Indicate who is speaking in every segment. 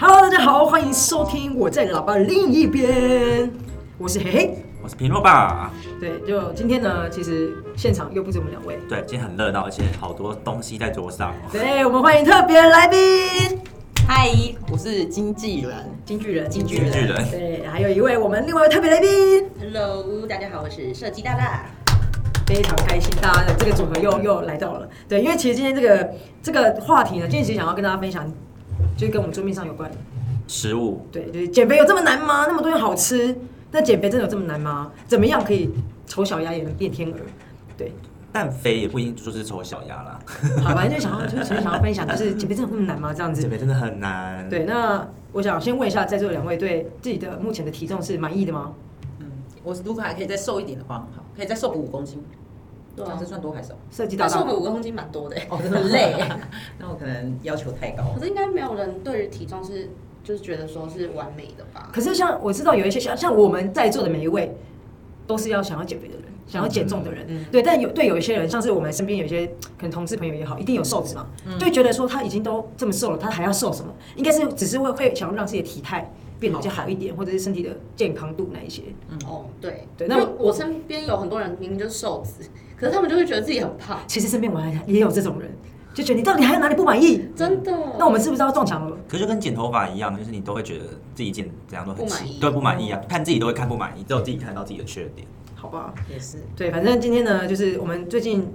Speaker 1: Hello，大家好，欢迎收听我在喇叭另一边，我是嘿嘿。
Speaker 2: 我是平若爸。
Speaker 1: 对，就今天呢，其实现场又不止我们两位，
Speaker 2: 对，今天很热闹，而且好多东西在桌上哦。
Speaker 1: 对我们欢迎特别来宾
Speaker 3: 嗨，我是经纪人。
Speaker 1: 金巨人，
Speaker 3: 金巨
Speaker 2: 巨人，
Speaker 1: 对，还有一位我们另外一位特别来宾，
Speaker 3: Hello，大家好，我是设计大大。
Speaker 1: 非常开心，大家的这个组合又又来到了。对，因为其实今天这个这个话题呢，今天其实想要跟大家分享，就是跟我们桌面上有关。
Speaker 2: 食物
Speaker 1: 对，就是减肥有这么难吗？那么多人好吃，那减肥真的有这么难吗？怎么样可以丑小鸭也能变天鹅？对，
Speaker 2: 但肥也不一定就是丑小鸭啦，
Speaker 1: 好，反正就想要，就是想要分享，就是减肥真的那么难吗？这样子
Speaker 2: 减。肥真的很难。，
Speaker 1: 对，那我想先问一下，在座的两位对自己的目前的体重是满意的吗？
Speaker 3: 嗯，我是如果还可以再瘦一点的话，很好，可以再瘦个五公斤。
Speaker 4: 对
Speaker 3: 这
Speaker 4: 啊
Speaker 3: 样，算多还少？
Speaker 1: 设计大
Speaker 4: 但瘦
Speaker 1: 大
Speaker 4: 个五公斤蛮多的、欸，
Speaker 3: 哦，真的很累。那我可能要求太高
Speaker 4: 可。是应该没有人对于体重是就是觉得说是完美的吧？
Speaker 1: 可是像我知道有一些像像我们在座的每一位，都是要想要减肥的人，想要减重的人。
Speaker 3: 嗯
Speaker 1: 对，但有对有一些人，像是我们身边有一些可能同事朋友也好，一定有瘦子嘛，就会觉得说他已经都这么瘦了，他还要瘦什么？应该是只是会会想要让自己的体态变得比较好一点，或者是身体的健康度那一些。
Speaker 4: 哦，对
Speaker 1: 对
Speaker 4: 因
Speaker 1: 那
Speaker 4: 为我身边有很多人明明就是瘦子，可是他们就会觉得自己很胖，
Speaker 1: 其实身边我还也有这种人，就觉得你到底还有哪里不满意？
Speaker 4: 真的。
Speaker 1: 那我们是不是要撞墙了？
Speaker 2: 可是就跟剪头发一样，就是你都会觉得自己剪怎样都很
Speaker 4: 不满
Speaker 2: 奇
Speaker 4: 意
Speaker 2: 对，不满意啊，看自己都会看不满意，只有自己看到自己的缺点。
Speaker 1: 好吧，
Speaker 3: 也是，
Speaker 1: 对，反正今天呢，就是我们最近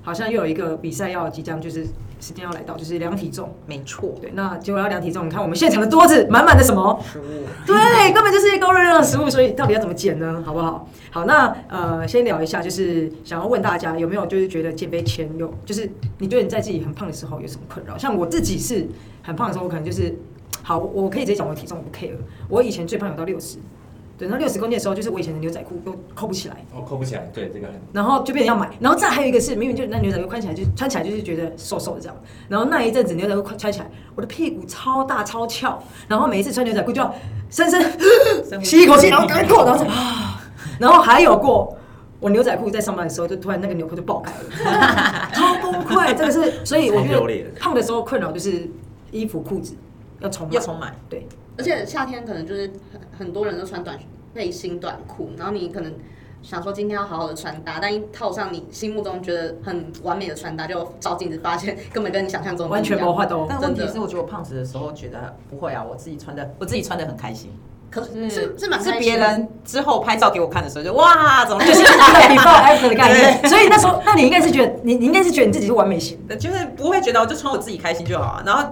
Speaker 1: 好像又有一个比赛要即将就是时间要来到，就是量体重。
Speaker 3: 没错。
Speaker 1: 对，那结果要量体重，你看我们现场的桌子满满的什么？
Speaker 3: 食物，
Speaker 1: 对，根本就是高热量的食物，所以到底要怎么减呢？好不好？好，那呃，先聊一下，就是想要问大家有没有就是觉得减肥前有，就是你觉得你在自己很胖的时候有什么困扰？像我自己是很胖的时候，我可能就是好，我可以直接讲我体重，我不 care。我以前最胖有到六十，对，那六十公斤的时候，就是我以前的牛仔裤都扣不起来。
Speaker 2: 我哦扣不起来，对这个很。
Speaker 1: 然后就变成要买，然后再还有一个是，明明就那牛仔裤穿起来就穿起来就是觉得瘦瘦的这样，然后那一阵子牛仔裤穿起来，我的屁股超大超翘，然后每一次穿牛仔裤就要深深吸一口气，然后赶快扣，然后再啊，然后还有过我牛仔裤在上班的时候，就突然那个纽扣就爆开了，超崩溃，这个是，所以我觉
Speaker 2: 超丢脸
Speaker 1: 得胖的时候困扰就是衣服裤子要重买
Speaker 3: 要，重买。
Speaker 1: 对，
Speaker 4: 而且夏天可能就是很很多人都穿短背心、短裤，然后你可能想说今天要好好的穿搭，但一套上你心目中觉得很完美的穿搭，就照镜子发现根本跟你想象中不一
Speaker 1: 完
Speaker 4: 样
Speaker 1: 全不。化 都
Speaker 3: 但
Speaker 4: 真
Speaker 3: 问
Speaker 4: 的
Speaker 3: 题是，我觉得我胖子的时候觉得不会啊，我自己穿的，我自己穿的很开心。
Speaker 4: 可是是是蛮
Speaker 3: 嗯是
Speaker 4: 开心
Speaker 3: 别
Speaker 4: 的
Speaker 3: 人之后拍照给我看的时候就哇，怎么
Speaker 1: 就
Speaker 3: 就是是
Speaker 1: before after 的概念，所以那时候，那你应该是觉得你你应该是觉得你自己是完美型。
Speaker 3: 就是不会觉得我就穿我自己开心就好啊，然后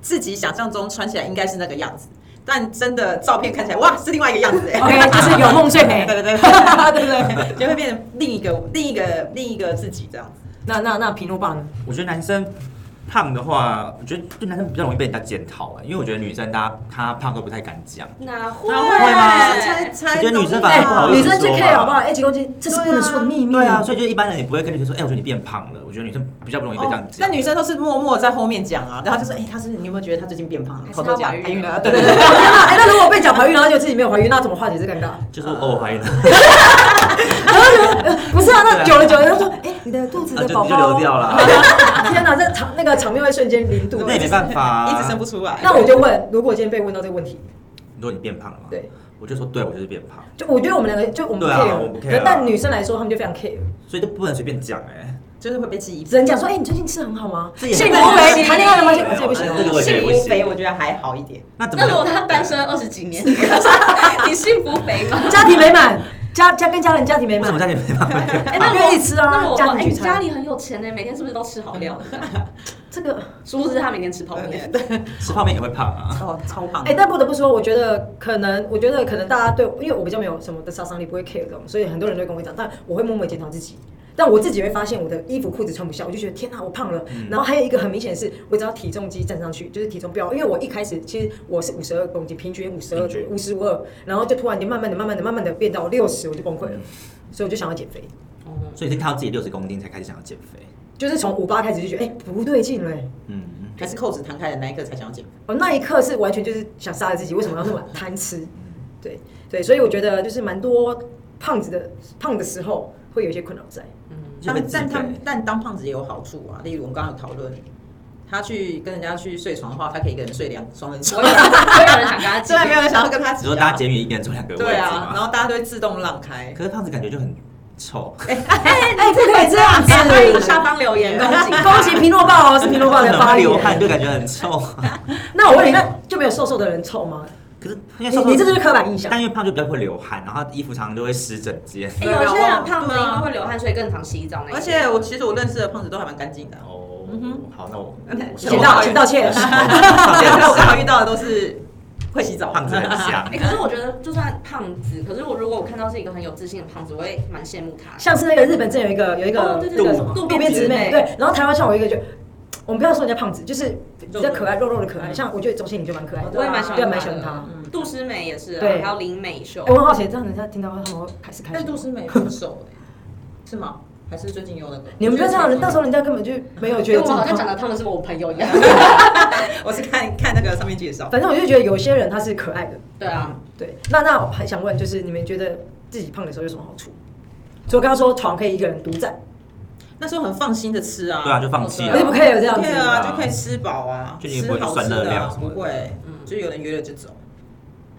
Speaker 3: 自己想象中穿起来应该是那个样子，但真的照片看起来哇是另外一个样子哎、
Speaker 1: OK，就是有梦最美
Speaker 3: 对。对 对对对对， 就会变成另一个另一个另一个自己这样子。
Speaker 1: 那那那皮诺爸呢？
Speaker 2: 我觉得男生胖的话，我觉得对男生比较容易被人家检讨啊，因为我觉得女生她她胖都不太敢讲。
Speaker 4: 哪
Speaker 2: 会
Speaker 4: 会？
Speaker 2: 吗
Speaker 3: 猜猜
Speaker 2: 我觉得女生反
Speaker 1: 哎
Speaker 2: 而不好，
Speaker 1: 女
Speaker 2: 意思
Speaker 1: 生最
Speaker 2: 说
Speaker 1: care
Speaker 2: 吧
Speaker 1: 好不好？哎，几公斤，这是不能说的秘密。
Speaker 2: 对啊，，所以就一般人也不会跟女生说，哎、我觉得你变胖了。我觉得女生比较不容易被这样
Speaker 3: 哦
Speaker 2: 讲。
Speaker 3: 那女生都是默默在后面讲啊，然后就说：“哎、她是你有没有觉得她最近变胖了？啊
Speaker 4: 还是
Speaker 3: 偷偷
Speaker 4: 她
Speaker 3: 讲
Speaker 4: 怀孕
Speaker 3: 怀孕
Speaker 2: 啊
Speaker 3: 了？”
Speaker 4: 了
Speaker 3: 对对 对，
Speaker 1: 哎，那如果被讲怀孕，然后就自己没有怀孕，那怎么化解这尴尬？
Speaker 2: 就是哦，我怀 孕了，
Speaker 1: 不是啊，那久了久了，他说，哎，你的肚子
Speaker 2: 啊
Speaker 1: 的
Speaker 2: 就
Speaker 1: 宝
Speaker 2: 就
Speaker 1: 宝
Speaker 2: 流，掉了。
Speaker 1: 天哪，这场那个场面会瞬间零度。
Speaker 2: 那也没办法、啊，
Speaker 3: 一直生不出来。
Speaker 1: 那我就问，如果今天被问到这个问题，
Speaker 2: 你说你变胖了吗？
Speaker 1: 对，
Speaker 2: 我就说对，我就是变胖，
Speaker 1: 就我觉得我们两个就我们不
Speaker 2: 对啊我不 care
Speaker 1: care，
Speaker 2: 啊
Speaker 1: 但女生来说，她们就非常 care。
Speaker 2: 所以都不能随便讲哎、
Speaker 3: 就是会被质疑。
Speaker 1: 只能讲说，哎，你最近吃很好吗？
Speaker 2: 这也
Speaker 1: 幸
Speaker 2: 不
Speaker 1: 福
Speaker 2: 行
Speaker 1: 肥，你谈恋爱了 吗？
Speaker 2: 这也
Speaker 1: 这也不行
Speaker 2: 这个我觉得
Speaker 3: 幸
Speaker 2: 不
Speaker 3: 福
Speaker 2: 行
Speaker 3: 肥，我觉得还好一点。
Speaker 2: 那怎么
Speaker 4: 那
Speaker 2: 样？
Speaker 4: 如果他单身二十几 年，你跟他说你幸福肥 吗？
Speaker 1: 家庭美满，家家跟家人家庭美
Speaker 2: 为什
Speaker 1: 满
Speaker 2: 么。家里没办法？
Speaker 4: 哎
Speaker 1: 那我一起吃啊
Speaker 4: 那我
Speaker 1: 家庭
Speaker 4: 哎
Speaker 1: 聚餐嗯
Speaker 4: 家里很有钱呢，每天是不是都吃好料的？
Speaker 1: 这个
Speaker 4: 殊不知他每天吃泡面。
Speaker 2: 吃泡面也会胖啊？
Speaker 3: 超哦超胖。
Speaker 1: 哎、但不得不说，我觉得可能，我觉得可能大家对，因为我比较没有什么的杀伤力，不会 care 这种，所以很多人都会跟我讲，但我会默默检讨自己。但我自己会发现，我的衣服裤子穿不下，我就觉得天哪、我胖了。
Speaker 2: 嗯
Speaker 1: 然后还有一个很明显的是，我只要体重机站上去，就是体重标，因为我一开始其实我是五十二公斤，平均五十二
Speaker 2: 平均
Speaker 1: 五十五二，然后就突然间慢慢的、慢慢的、慢慢的变到六十，我就崩
Speaker 2: 嗯
Speaker 1: 溃了。所以我就想要减肥，
Speaker 2: 所以是看到自己六十公斤才开始想要减肥。
Speaker 1: 就是从五八开始就觉得，哎、不对劲了、哎
Speaker 2: 嗯，
Speaker 3: 还是扣子弹开的那一刻才想要减肥。
Speaker 1: 我哦那一刻是完全就是想杀了自己，为什么要那么贪吃？对对，所以我觉得就是蛮多胖子的胖的时候会有一些困扰在。
Speaker 3: 嗯，
Speaker 2: 就被
Speaker 3: 但
Speaker 2: 自
Speaker 3: 但
Speaker 2: 卑
Speaker 3: 他但当胖子也有好处啊，例如我们刚刚有讨论他去跟人家去睡床的话，他可以一个人睡两双人
Speaker 4: 我
Speaker 3: 床
Speaker 4: 有，人，我有人想跟他挤
Speaker 3: 虽，然没有人想要跟他
Speaker 2: 只
Speaker 3: 挤、
Speaker 2: 说
Speaker 3: 啊，
Speaker 2: 大家捷运一个人坐两个位置
Speaker 3: 对啊，然
Speaker 2: 嘛。
Speaker 3: 后大家都会自动让开。
Speaker 2: 可是胖子感觉就很臭，
Speaker 1: 哎，不可以这样子，
Speaker 3: 欢迎下方留言
Speaker 4: 恭 喜
Speaker 1: 恭喜皮诺鲍哦，是皮诺鲍的发
Speaker 2: 他
Speaker 1: 言
Speaker 2: 流。汗就感觉很臭。
Speaker 1: 那我问你，那就没有瘦瘦的人臭吗？
Speaker 2: 可是因
Speaker 1: 你
Speaker 2: 为瘦瘦
Speaker 1: 你这就是刻板印象。
Speaker 2: 但因为胖就比较会流汗，然后他衣服常常就会湿整间。
Speaker 4: 哎有些人胖的因
Speaker 1: 啊
Speaker 4: 为会流汗，所以更常洗澡那一
Speaker 3: 而
Speaker 4: 些
Speaker 3: 且我其实我认识的胖子都还蛮干净的啊，
Speaker 2: 哦
Speaker 3: 嗯哼，
Speaker 2: 好，那我
Speaker 1: 请
Speaker 3: 剪
Speaker 1: 道
Speaker 3: 到
Speaker 1: 请道歉。
Speaker 3: 现在我刚好遇到的都是会洗澡的
Speaker 2: 胖子很香
Speaker 4: 哎、。可是我觉得就算胖子，可是我如果我看到是一个很有自信的胖子，我会蛮羡慕他。
Speaker 1: 像是那个日本这有一个有一个
Speaker 4: 哦对对
Speaker 1: 那个
Speaker 4: 对
Speaker 1: 什么
Speaker 4: 渡
Speaker 1: 渡边直美，
Speaker 4: 渡边直美
Speaker 1: 对。然后台湾像我一个就，我们不要说人家胖子，就是比较可爱肉肉的可爱。
Speaker 3: 嗯
Speaker 1: 像我觉得周星宇就蛮可爱的，
Speaker 4: 哦我也蛮喜欢
Speaker 1: 对啊
Speaker 4: 他
Speaker 1: 蛮喜欢
Speaker 4: 的
Speaker 1: 他。
Speaker 3: 嗯
Speaker 4: 杜诗美也是、啊，
Speaker 1: 对
Speaker 4: 还有林美秀
Speaker 1: 哎，，我很好奇，这样人家听到他们会开始开
Speaker 3: 但
Speaker 1: 心
Speaker 3: 杜。诗美很瘦欸，是吗？还是最近有那个？
Speaker 1: 你们不要这样，人到时候人家根本就没有觉
Speaker 4: 因为
Speaker 1: 得自己
Speaker 4: 我好
Speaker 1: 胖
Speaker 4: 像讲。的他们是我朋友一样。
Speaker 3: 我是看看那个上面介绍，
Speaker 1: 反正我就觉得有些人他是可爱的，
Speaker 4: 对啊，
Speaker 1: 对。那那我还想问，就是你们觉得自己胖的时候有什么好处？除了刚刚说床可以一个人独占，
Speaker 3: 那时候很放心的吃啊，
Speaker 2: 对啊，就放弃
Speaker 1: 可以
Speaker 3: 对
Speaker 2: 了
Speaker 1: 不。可以有这样子
Speaker 3: 对？
Speaker 2: 啊
Speaker 3: 啊，就可以吃饱啊，
Speaker 2: 就你也
Speaker 3: 吃
Speaker 2: 不会去
Speaker 3: 好
Speaker 2: 算
Speaker 3: 吃
Speaker 2: 热
Speaker 3: 的
Speaker 2: 量
Speaker 3: 啊
Speaker 2: 什么的
Speaker 3: 不会，
Speaker 4: 嗯
Speaker 3: 就有人约了就走，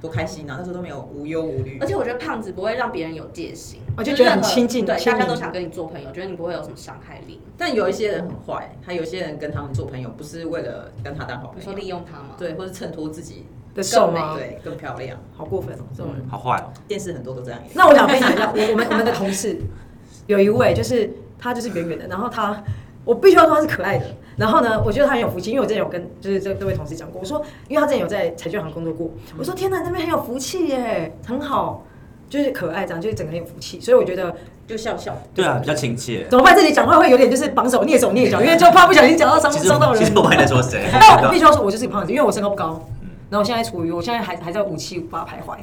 Speaker 3: 多开心啊！那时候都没有无忧无虑
Speaker 4: 而，且我觉得胖子不会让别人有戒心，
Speaker 1: 我就觉得很亲近
Speaker 4: 对，
Speaker 1: 亲
Speaker 4: 大
Speaker 1: 民
Speaker 4: 家都想跟你做朋友，觉得你不会有什么伤害力。
Speaker 3: 但有一些人很坏，他有一些人跟他们做朋友，不是为了跟他当好
Speaker 4: 你说
Speaker 3: 朋
Speaker 4: 利
Speaker 3: 友，
Speaker 4: 用他吗？，
Speaker 3: 对，或是衬托自己
Speaker 1: 的瘦
Speaker 3: 更美
Speaker 1: 吗，？
Speaker 3: 对，啊更漂亮。
Speaker 1: 好过分哦，这种人。
Speaker 2: 好坏哦，
Speaker 3: 电视很多都这样演。
Speaker 1: 那我想分享一下，我我们我们的同事有一位，就是他就是圆圆的，然后他我必须要说他是可爱的。然后呢，我觉得他很有福气，因为我之前有跟就是这这位同事讲过，我说因为他之前有在彩券行工作过，
Speaker 3: 嗯
Speaker 1: 我说天哪，那边很有福气耶，很好，就是可爱这样，就是整个很有福气，所以我觉得
Speaker 3: 就笑笑，
Speaker 2: 对啊，比较亲切。
Speaker 1: 怎么办？这里讲话会有点就是绑手蹑手蹑脚，因为就怕不小心讲到伤
Speaker 2: 其实
Speaker 1: 哦伤到
Speaker 2: 其
Speaker 1: 人哦
Speaker 2: 实。 我还在说谁？啊
Speaker 1: 但我必须要说，我就是个胖子，因为我身高不高，然后我现在处于我现在还还在五七五八徘徊，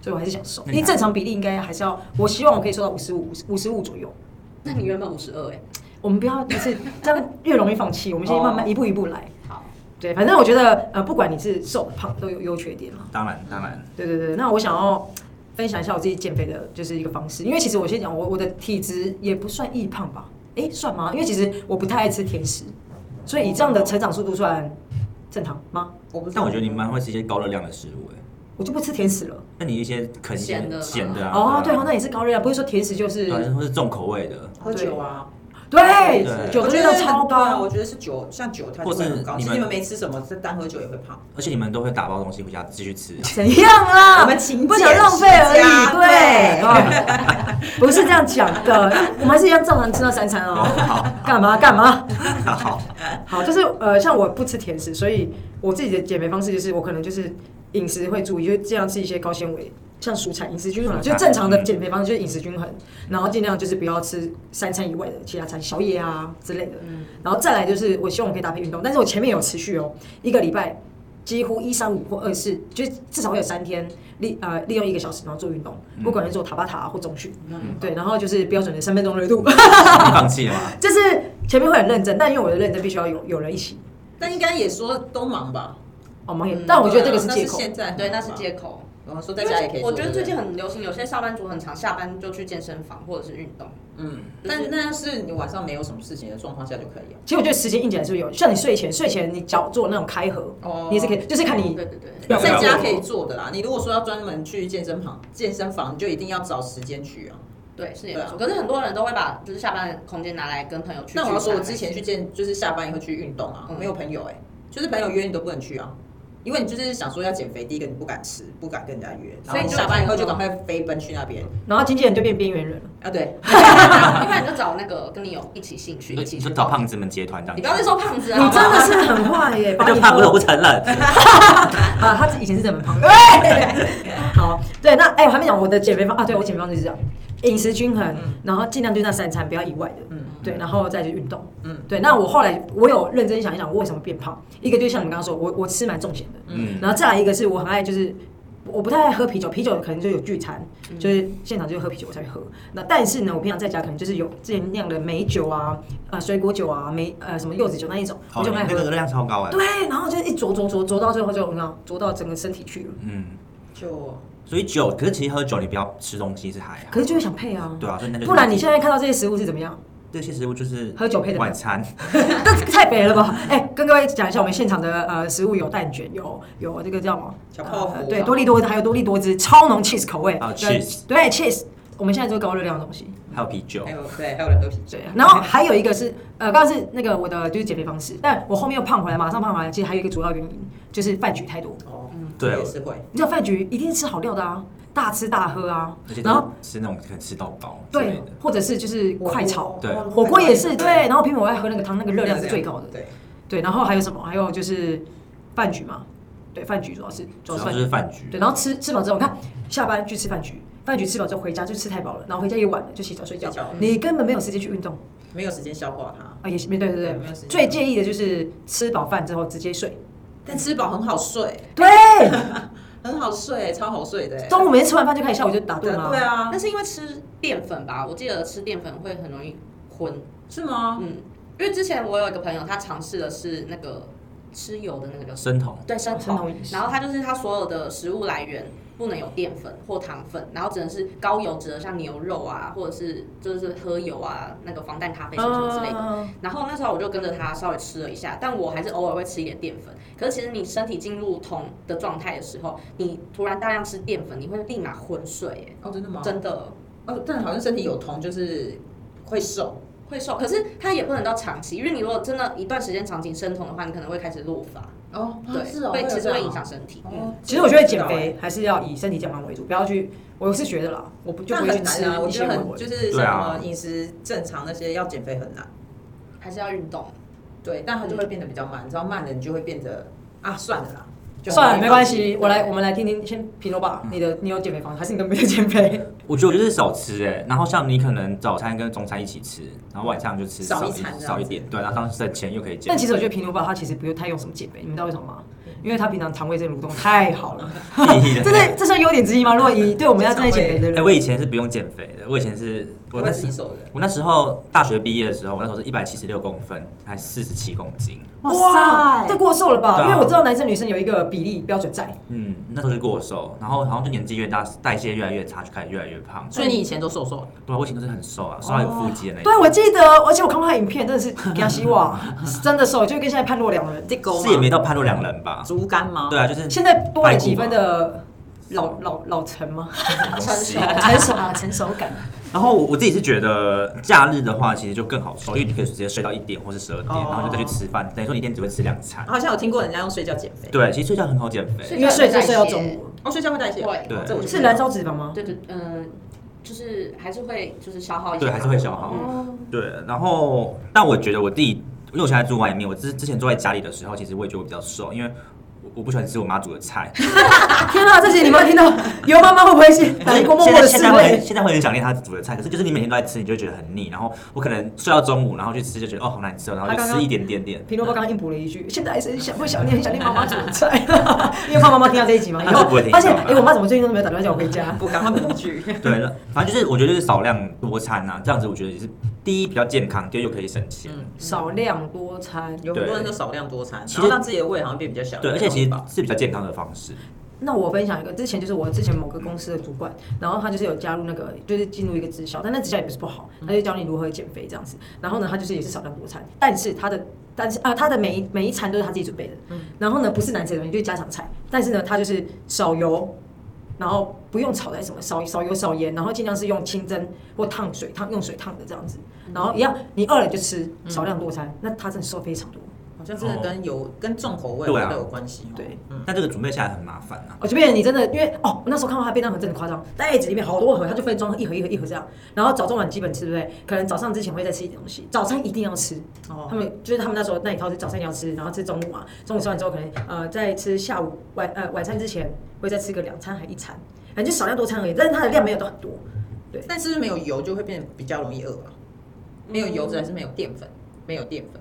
Speaker 1: 所以我还是想瘦，
Speaker 2: 那
Speaker 1: 因
Speaker 2: 你
Speaker 1: 为正常比例应该还是要，我希望我可以瘦到五十五五十五左右。
Speaker 4: 那你原本五十二哎，
Speaker 1: 我们不要就是这样越容易放弃，我们先慢慢
Speaker 4: 哦
Speaker 1: 一步一步来。
Speaker 4: 好，
Speaker 1: 对，反正我觉得呃，不管你是瘦胖都有优缺点嘛。
Speaker 2: 当然当然，
Speaker 1: 对对对，那我想要分享一下我自己减肥的就是一个方式，因为其实我先讲我我的体质也不算易胖吧，诶，算吗？因为其实我不太爱吃甜食，所以以这样的成长速度算正常吗？
Speaker 3: 我不知道
Speaker 2: 但我觉得你蛮会吃一些高热量的食物哎。
Speaker 1: 我就不吃甜食了。
Speaker 2: 那你一些啃一些
Speaker 4: 咸的
Speaker 2: 咸的啊，
Speaker 1: 哦，对哦，那
Speaker 2: 啊
Speaker 1: 也是高热量，不是说甜食就是
Speaker 2: 对啊，或是重口味的，
Speaker 3: 喝酒啊，
Speaker 1: 对
Speaker 2: 对
Speaker 1: 酒
Speaker 3: 我
Speaker 1: 精
Speaker 3: 觉
Speaker 1: 都
Speaker 3: 得
Speaker 1: 超
Speaker 3: 对啊，
Speaker 1: 高
Speaker 3: 我。觉得是酒，像酒它就
Speaker 2: 或是
Speaker 3: 会很高。
Speaker 2: 你
Speaker 3: 其
Speaker 2: 们
Speaker 3: 实你们没吃什么，这单喝酒也会胖。
Speaker 2: 而且你们都会打包东西回家继续 吃啊。
Speaker 1: 怎样啦？
Speaker 3: 我们勤
Speaker 1: 不
Speaker 3: 俭
Speaker 1: 想浪费而
Speaker 3: 持家
Speaker 1: 已，
Speaker 3: 对
Speaker 1: 对，不是这样讲的，我们还是一样照常吃那三餐哦。干嘛干嘛？
Speaker 2: 好，
Speaker 1: 好，就是呃，像我不吃甜食，所以我自己的减肥方式就是，我可能就是饮食会注意，就是尽量吃一些高纤维，像蔬菜，饮食均衡，
Speaker 2: 蔬
Speaker 1: 就
Speaker 2: 菜嗯
Speaker 1: 正常的减肥方式就是饮食均衡，然后尽量就是不要吃三餐以外的其他餐，宵夜啊之类的。
Speaker 2: 嗯
Speaker 1: 然后再来就是，我希望我可以搭配运动，但是我前面有持续哦，一个礼拜几乎一三五或二四，就是至少会有三天利呃利用一个小时，然后做运动，
Speaker 2: 嗯
Speaker 1: 不管是做塔巴塔啊或中训，对，然后就是标准的三分钟热度，
Speaker 2: 你放弃了吗？
Speaker 1: 就是前面会很认真，但因为我的认真必须要有有人一起。
Speaker 3: 但应该也说都忙吧？
Speaker 1: 哦，忙也
Speaker 3: 嗯，
Speaker 1: 但我觉得这个是
Speaker 3: 对啊
Speaker 1: 借口
Speaker 3: 那。现在
Speaker 4: 对，那是借口。
Speaker 3: 口。我说在家也可以做。
Speaker 4: 我觉得最近
Speaker 3: 对不对
Speaker 4: 很流行，有些上班族很常下班就去健身房或者是运动。
Speaker 3: 嗯，
Speaker 4: 就是
Speaker 3: 但那是你晚上没有什么事情的状况下就可以了。啊
Speaker 1: 其实我觉得时间硬起来是不是有，像你睡前，睡前你脚做那种开合，
Speaker 3: 哦
Speaker 1: 你也是可以，就是看你
Speaker 4: 对对对，
Speaker 2: 要不
Speaker 3: 在
Speaker 2: 要
Speaker 3: 家可以做的啦。你如果说要专门去健身房，健身房你就一定要找时间去啊。
Speaker 4: 对，是也
Speaker 3: 对
Speaker 4: 不
Speaker 3: 啊
Speaker 4: 错。可是很多人都会把就是下班的空间拿来跟朋友去。
Speaker 3: 那我要说，
Speaker 4: 聚
Speaker 3: 我
Speaker 4: 餐啊
Speaker 3: 之前去健，就是下班以后去运动啊，
Speaker 4: 嗯
Speaker 3: 没有朋友哎、就是朋友约你都不能去啊，因为你就是想说要减肥，第一个你不敢吃，不敢跟人家约，
Speaker 4: 所以
Speaker 3: 然后
Speaker 4: 就
Speaker 3: 下班以
Speaker 1: 嗯
Speaker 3: 后就赶快飞奔去那边
Speaker 1: 然后经纪人就变边缘人了。
Speaker 3: 啊，对，
Speaker 4: 要不然你就找那个跟你有一起兴趣、
Speaker 2: 你
Speaker 4: 一起
Speaker 2: 你
Speaker 4: 去
Speaker 2: 就
Speaker 4: 动
Speaker 2: 找，胖子们结团这样。
Speaker 4: 你不要再 说胖子啊！
Speaker 1: 你真的是很坏耶，把
Speaker 2: 那
Speaker 1: 你
Speaker 2: 就胖，我
Speaker 1: 拖
Speaker 2: 不承认。
Speaker 1: 啊！他以前是怎么胖的？
Speaker 2: 哎
Speaker 1: 好，对，那哎，我还没讲我的减肥方啊，对我减肥方式是这样：饮食均衡，
Speaker 2: 嗯
Speaker 1: 然后尽量就那三餐，不要以外的。
Speaker 3: 嗯，
Speaker 1: 对，然后再去运动。嗯
Speaker 3: 嗯，
Speaker 1: 对。那我后来我有认真想一想，我为什么变胖？一个就像你刚刚说，我我吃蛮重咸的，
Speaker 2: 嗯，
Speaker 1: 然后再来一个是我很爱就是。我不太爱喝啤酒，啤酒可能就有聚餐，
Speaker 2: 嗯
Speaker 1: 就是现场就喝啤酒我才会喝。那但是呢，我平常在家可能就是有之前酿的美酒啊、呃水果酒啊、梅呃什么柚子酒那一种，我
Speaker 2: 好，
Speaker 1: 就
Speaker 2: 你
Speaker 1: 很爱
Speaker 2: 那个热
Speaker 1: 喝。
Speaker 2: 量超高哎。
Speaker 1: 对，然后就一啄啄啄啄到最后就你看啄到整个身体去了，
Speaker 2: 嗯，
Speaker 3: 就
Speaker 2: 所以酒，可是其实喝酒你不要吃东西是还好。
Speaker 1: 可是就会想配啊，
Speaker 2: 对啊，所以那就
Speaker 1: 不然你现在看到这些食物是怎么样？
Speaker 2: 这些食物就是
Speaker 1: 喝酒配的
Speaker 2: 晚餐，
Speaker 1: 但是太肥了吧？哎、跟各位讲一下，我们现场的呃食物有蛋卷，有有这个叫什么？
Speaker 3: 小泡芙啊
Speaker 1: 呃对，多利多还有多利多汁，超浓 cheese 口味。
Speaker 2: 还有
Speaker 1: 对
Speaker 2: cheese
Speaker 1: 对 cheese，我们现在做高热量的东西。
Speaker 2: 还有啤酒
Speaker 3: 还。有对，还有人喝啤酒
Speaker 1: 对，，然后还有一个是呃，刚刚是那个我的就是减肥方式，但我后面又胖回来，马上胖回来，其实还有一个主要原因就是饭局太多。
Speaker 3: 哦，
Speaker 2: 对
Speaker 3: 我也是会。
Speaker 1: 你知道饭局一定吃好料的啊，大吃大喝啊
Speaker 2: 而且，
Speaker 1: 然后
Speaker 2: 都是那种可能吃到饱之类
Speaker 1: 对
Speaker 2: 的，，
Speaker 1: 或者是就是快炒。
Speaker 2: 对
Speaker 1: 火锅也是对，，然后偏偏我爱喝那个汤，那个热量是最高的。
Speaker 3: 对，
Speaker 1: 对，然后还有什么？还有就是饭局嘛，对，饭局主要是主
Speaker 2: 主
Speaker 1: 要是
Speaker 2: 要
Speaker 1: 饭
Speaker 2: 就
Speaker 1: 局。
Speaker 2: 是饭局
Speaker 1: 对，。然后吃吃饱之后，你看下班去吃饭局，饭局吃饱之后回家就吃太饱了，然后回家也晚了，就洗澡睡觉
Speaker 3: 睡觉，
Speaker 1: 你根本没有时间去运动
Speaker 3: 没有时间消化它。
Speaker 1: 啊，也是没对对
Speaker 3: 对
Speaker 1: 对
Speaker 3: 没有时间
Speaker 1: 最介意的就是吃饱饭之后直接睡。
Speaker 3: 但吃饱很好睡，
Speaker 1: 对，
Speaker 3: 很好睡，超好睡的。
Speaker 1: 中午每次吃完饭就开始下午就打
Speaker 3: 对
Speaker 1: 盹啦。
Speaker 3: 对啊
Speaker 4: 那，是因为吃淀粉吧？我记得吃淀粉会很容易昏。
Speaker 3: 是吗？
Speaker 4: 嗯，因为之前我有一个朋友，他尝试的是那个吃油的那个叫什
Speaker 2: 生酮
Speaker 4: 么，对生
Speaker 1: 生
Speaker 4: 酮
Speaker 1: 酮饮，食
Speaker 4: 然后他就是他所有的食物来源不能有淀粉或糖分，然后只能是高油脂的，像牛肉啊，或者是就是喝油啊，那个防弹咖啡什么什么之类的。
Speaker 1: 嗯，
Speaker 4: 然后那时候我就跟着他稍微吃了一下，但我还是偶尔会吃一点淀粉。可是其实你身体进入酮的状态的时候，你突然大量吃淀粉，你会立马昏睡、欸耶
Speaker 3: 哦，真的吗？
Speaker 4: 真的
Speaker 3: 哦，但好像身体有酮就是会瘦，
Speaker 4: 会瘦。可是它也不能到长期，因为你如果真的一段时间长期生酮的话，你可能会开始落发，
Speaker 3: 哦，
Speaker 1: 啊
Speaker 4: 对，
Speaker 3: 会
Speaker 4: 会其实会影响。身体。嗯，
Speaker 3: 哦，
Speaker 1: 其实我觉得减肥还是要以身体健康为主，不要去，我是觉得啦，我不就
Speaker 3: 但
Speaker 1: 不会去
Speaker 3: 很
Speaker 1: 吃
Speaker 3: 难啊，我
Speaker 1: 一
Speaker 3: 觉
Speaker 1: 些
Speaker 3: 得
Speaker 1: 微
Speaker 3: 很
Speaker 1: 博。
Speaker 3: 就是
Speaker 2: 对
Speaker 3: 什
Speaker 2: 啊
Speaker 3: 么饮食正常那些要减肥很难，
Speaker 4: 还是要运动。
Speaker 3: 对，但它就会变得比较慢，你知道慢了你就会变得啊算了啦，就
Speaker 1: 算了，
Speaker 3: 很容易
Speaker 1: 没关
Speaker 3: 放弃
Speaker 1: 系，我来，我们来听听，先评论吧。你的，你有减肥方式，还是你都没有减肥？
Speaker 2: 我觉得我就是少吃哎、然后像你可能早餐跟中餐一起吃，然后晚上就吃
Speaker 3: 少一
Speaker 2: 一
Speaker 3: 餐这样子
Speaker 2: 少一点，对，然后省钱又可以减。
Speaker 1: 但其实我觉得平头爸他其实不用太用什么减肥，你们知道为什么吗？因为他平常肠胃这蠕动太好了，
Speaker 2: 屁的
Speaker 1: 这是这算优点之一吗？如果 以对我们要正在减肥的
Speaker 2: 哎、
Speaker 1: 人，
Speaker 2: 我以前是不用减肥的，我以前是我
Speaker 3: 我
Speaker 2: 那
Speaker 3: 会
Speaker 2: 时
Speaker 3: 自己瘦的。
Speaker 2: 我那时候大学毕业的时候，我那时候是一百七十六公分，才四十七公斤，
Speaker 1: 哇塞，这过瘦了吧？
Speaker 2: 对啊
Speaker 1: 因为我知道男生女生有一个比例标准在，
Speaker 2: 嗯，那时候就过瘦，然后好像就年纪越大，代谢越来越差，就开始越来越胖。
Speaker 3: 所以你以前都瘦瘦的，
Speaker 2: 对啊，我以前都是很瘦啊，瘦到有腹肌的那一种。
Speaker 1: 对我记得，而且我看过他的影片， 真的是给他希望，是真的瘦，就跟现在判若两人。
Speaker 3: 这沟
Speaker 2: 是也没到判若两人吧？
Speaker 3: 竹竿吗？
Speaker 2: 对啊，就是
Speaker 1: 现在多了几分的老老老成吗？
Speaker 2: 什么东 西
Speaker 1: 成熟啊，成熟感。
Speaker 2: 然后我我自己是觉得假日的话，其实就更好瘦，因为你可以直接睡到一点或是十二点，
Speaker 3: 哦
Speaker 2: 然后就再去吃饭，等于说你一天只会吃两餐。
Speaker 3: 好像有听过人家用睡觉减肥，
Speaker 2: 对，其实睡觉很好减肥。
Speaker 4: 睡
Speaker 1: 因为睡就睡到中午，
Speaker 3: 哦，睡觉会代谢，
Speaker 4: 会
Speaker 2: 对
Speaker 3: 这我就不知
Speaker 1: 啊是啊
Speaker 3: 道
Speaker 1: 燃烧脂肪吗？
Speaker 4: 对对，嗯、就是还是会就是消耗一些，
Speaker 2: 对，还是会消耗。
Speaker 1: 哦
Speaker 4: 嗯
Speaker 2: 对，然后但我觉得我自己，因为我现在住外面，我之之前住在家里的时候，其实我也觉得我比较瘦，因为我我不喜欢吃我妈煮的菜。
Speaker 1: 天啊，这集你们听到，尤妈妈会不会是
Speaker 2: 所
Speaker 1: 来
Speaker 2: 以
Speaker 1: 一个默默
Speaker 2: 现在
Speaker 1: 的
Speaker 2: 现
Speaker 1: 示
Speaker 2: 在会
Speaker 1: 威？
Speaker 2: 现在会很想念她煮的菜，可是就是你每天都在吃，你就会觉得很腻。然后我可能睡到中午，然后去吃就觉得哦好难吃，哦，然后
Speaker 1: 她刚
Speaker 2: 就
Speaker 1: 刚
Speaker 2: 吃一点 点点。
Speaker 1: 皮诺包刚刚硬补了一句：“现在还是想会想念想念妈妈煮的菜， 因为怕妈妈听到这一集嘛，以
Speaker 2: 她
Speaker 1: 后
Speaker 2: 是不会听
Speaker 1: 发现
Speaker 2: 到
Speaker 1: 哎、我妈怎么最近都没有打电话叫我回家？
Speaker 3: 不赶快补一 句。
Speaker 2: 对了，反正就是我觉得就是少量多餐啊，这样子我觉得也是第一比较健康，第二又可以省钱。
Speaker 3: 嗯，
Speaker 1: 少量多餐。
Speaker 3: 有很多人就少量多餐，
Speaker 2: 其实
Speaker 3: 然后让自己的胃好像变比较小。
Speaker 2: 对，而且其实
Speaker 3: 然后饱
Speaker 2: 是比较健康的方式。”
Speaker 1: 那我分享一个，之前就是我之前某个公司的主管，然后他就是有加入那个，就是进入一个直销，但那直销也不是不好，他就教你如何减肥这样子。然后呢，他就是也是少量多餐，但是他的但是啊，他的每一每一餐都是他自己准备的，然后呢不是难吃的东西，就是家常菜，但是呢他就是少油。然后不用炒在什么少少油少盐，然后尽量是用清蒸或烫水烫用水烫的这样子，然后一样你饿了就吃，少量多餐，那他真的瘦非常多。
Speaker 3: 好像真的跟油跟重口味
Speaker 2: 哦对啊
Speaker 3: 都有关系哦。
Speaker 1: 对
Speaker 3: 嗯，
Speaker 2: 但这个准备起来很麻烦啊。
Speaker 1: 我就变成你真的，因为哦，我那时候看到他便当盒真的夸张，袋子里面好多盒，他就分装一盒一盒一盒这样。然后早中晚基本吃，对不对？可能早上之前会再吃一点东西，早餐一定要吃。他
Speaker 3: 哦，
Speaker 1: 们就是他们那时候那一套是早餐一定要吃，然后吃中午嘛，中午吃完之后可能呃再吃下午晚呃晚餐之前会再吃个两餐还一餐，反正就少量多餐而已，但是它的量没有到很多。
Speaker 3: 但是不是没有油就会变得比较容易饿啊？没有油脂还是没有淀粉？没有淀粉，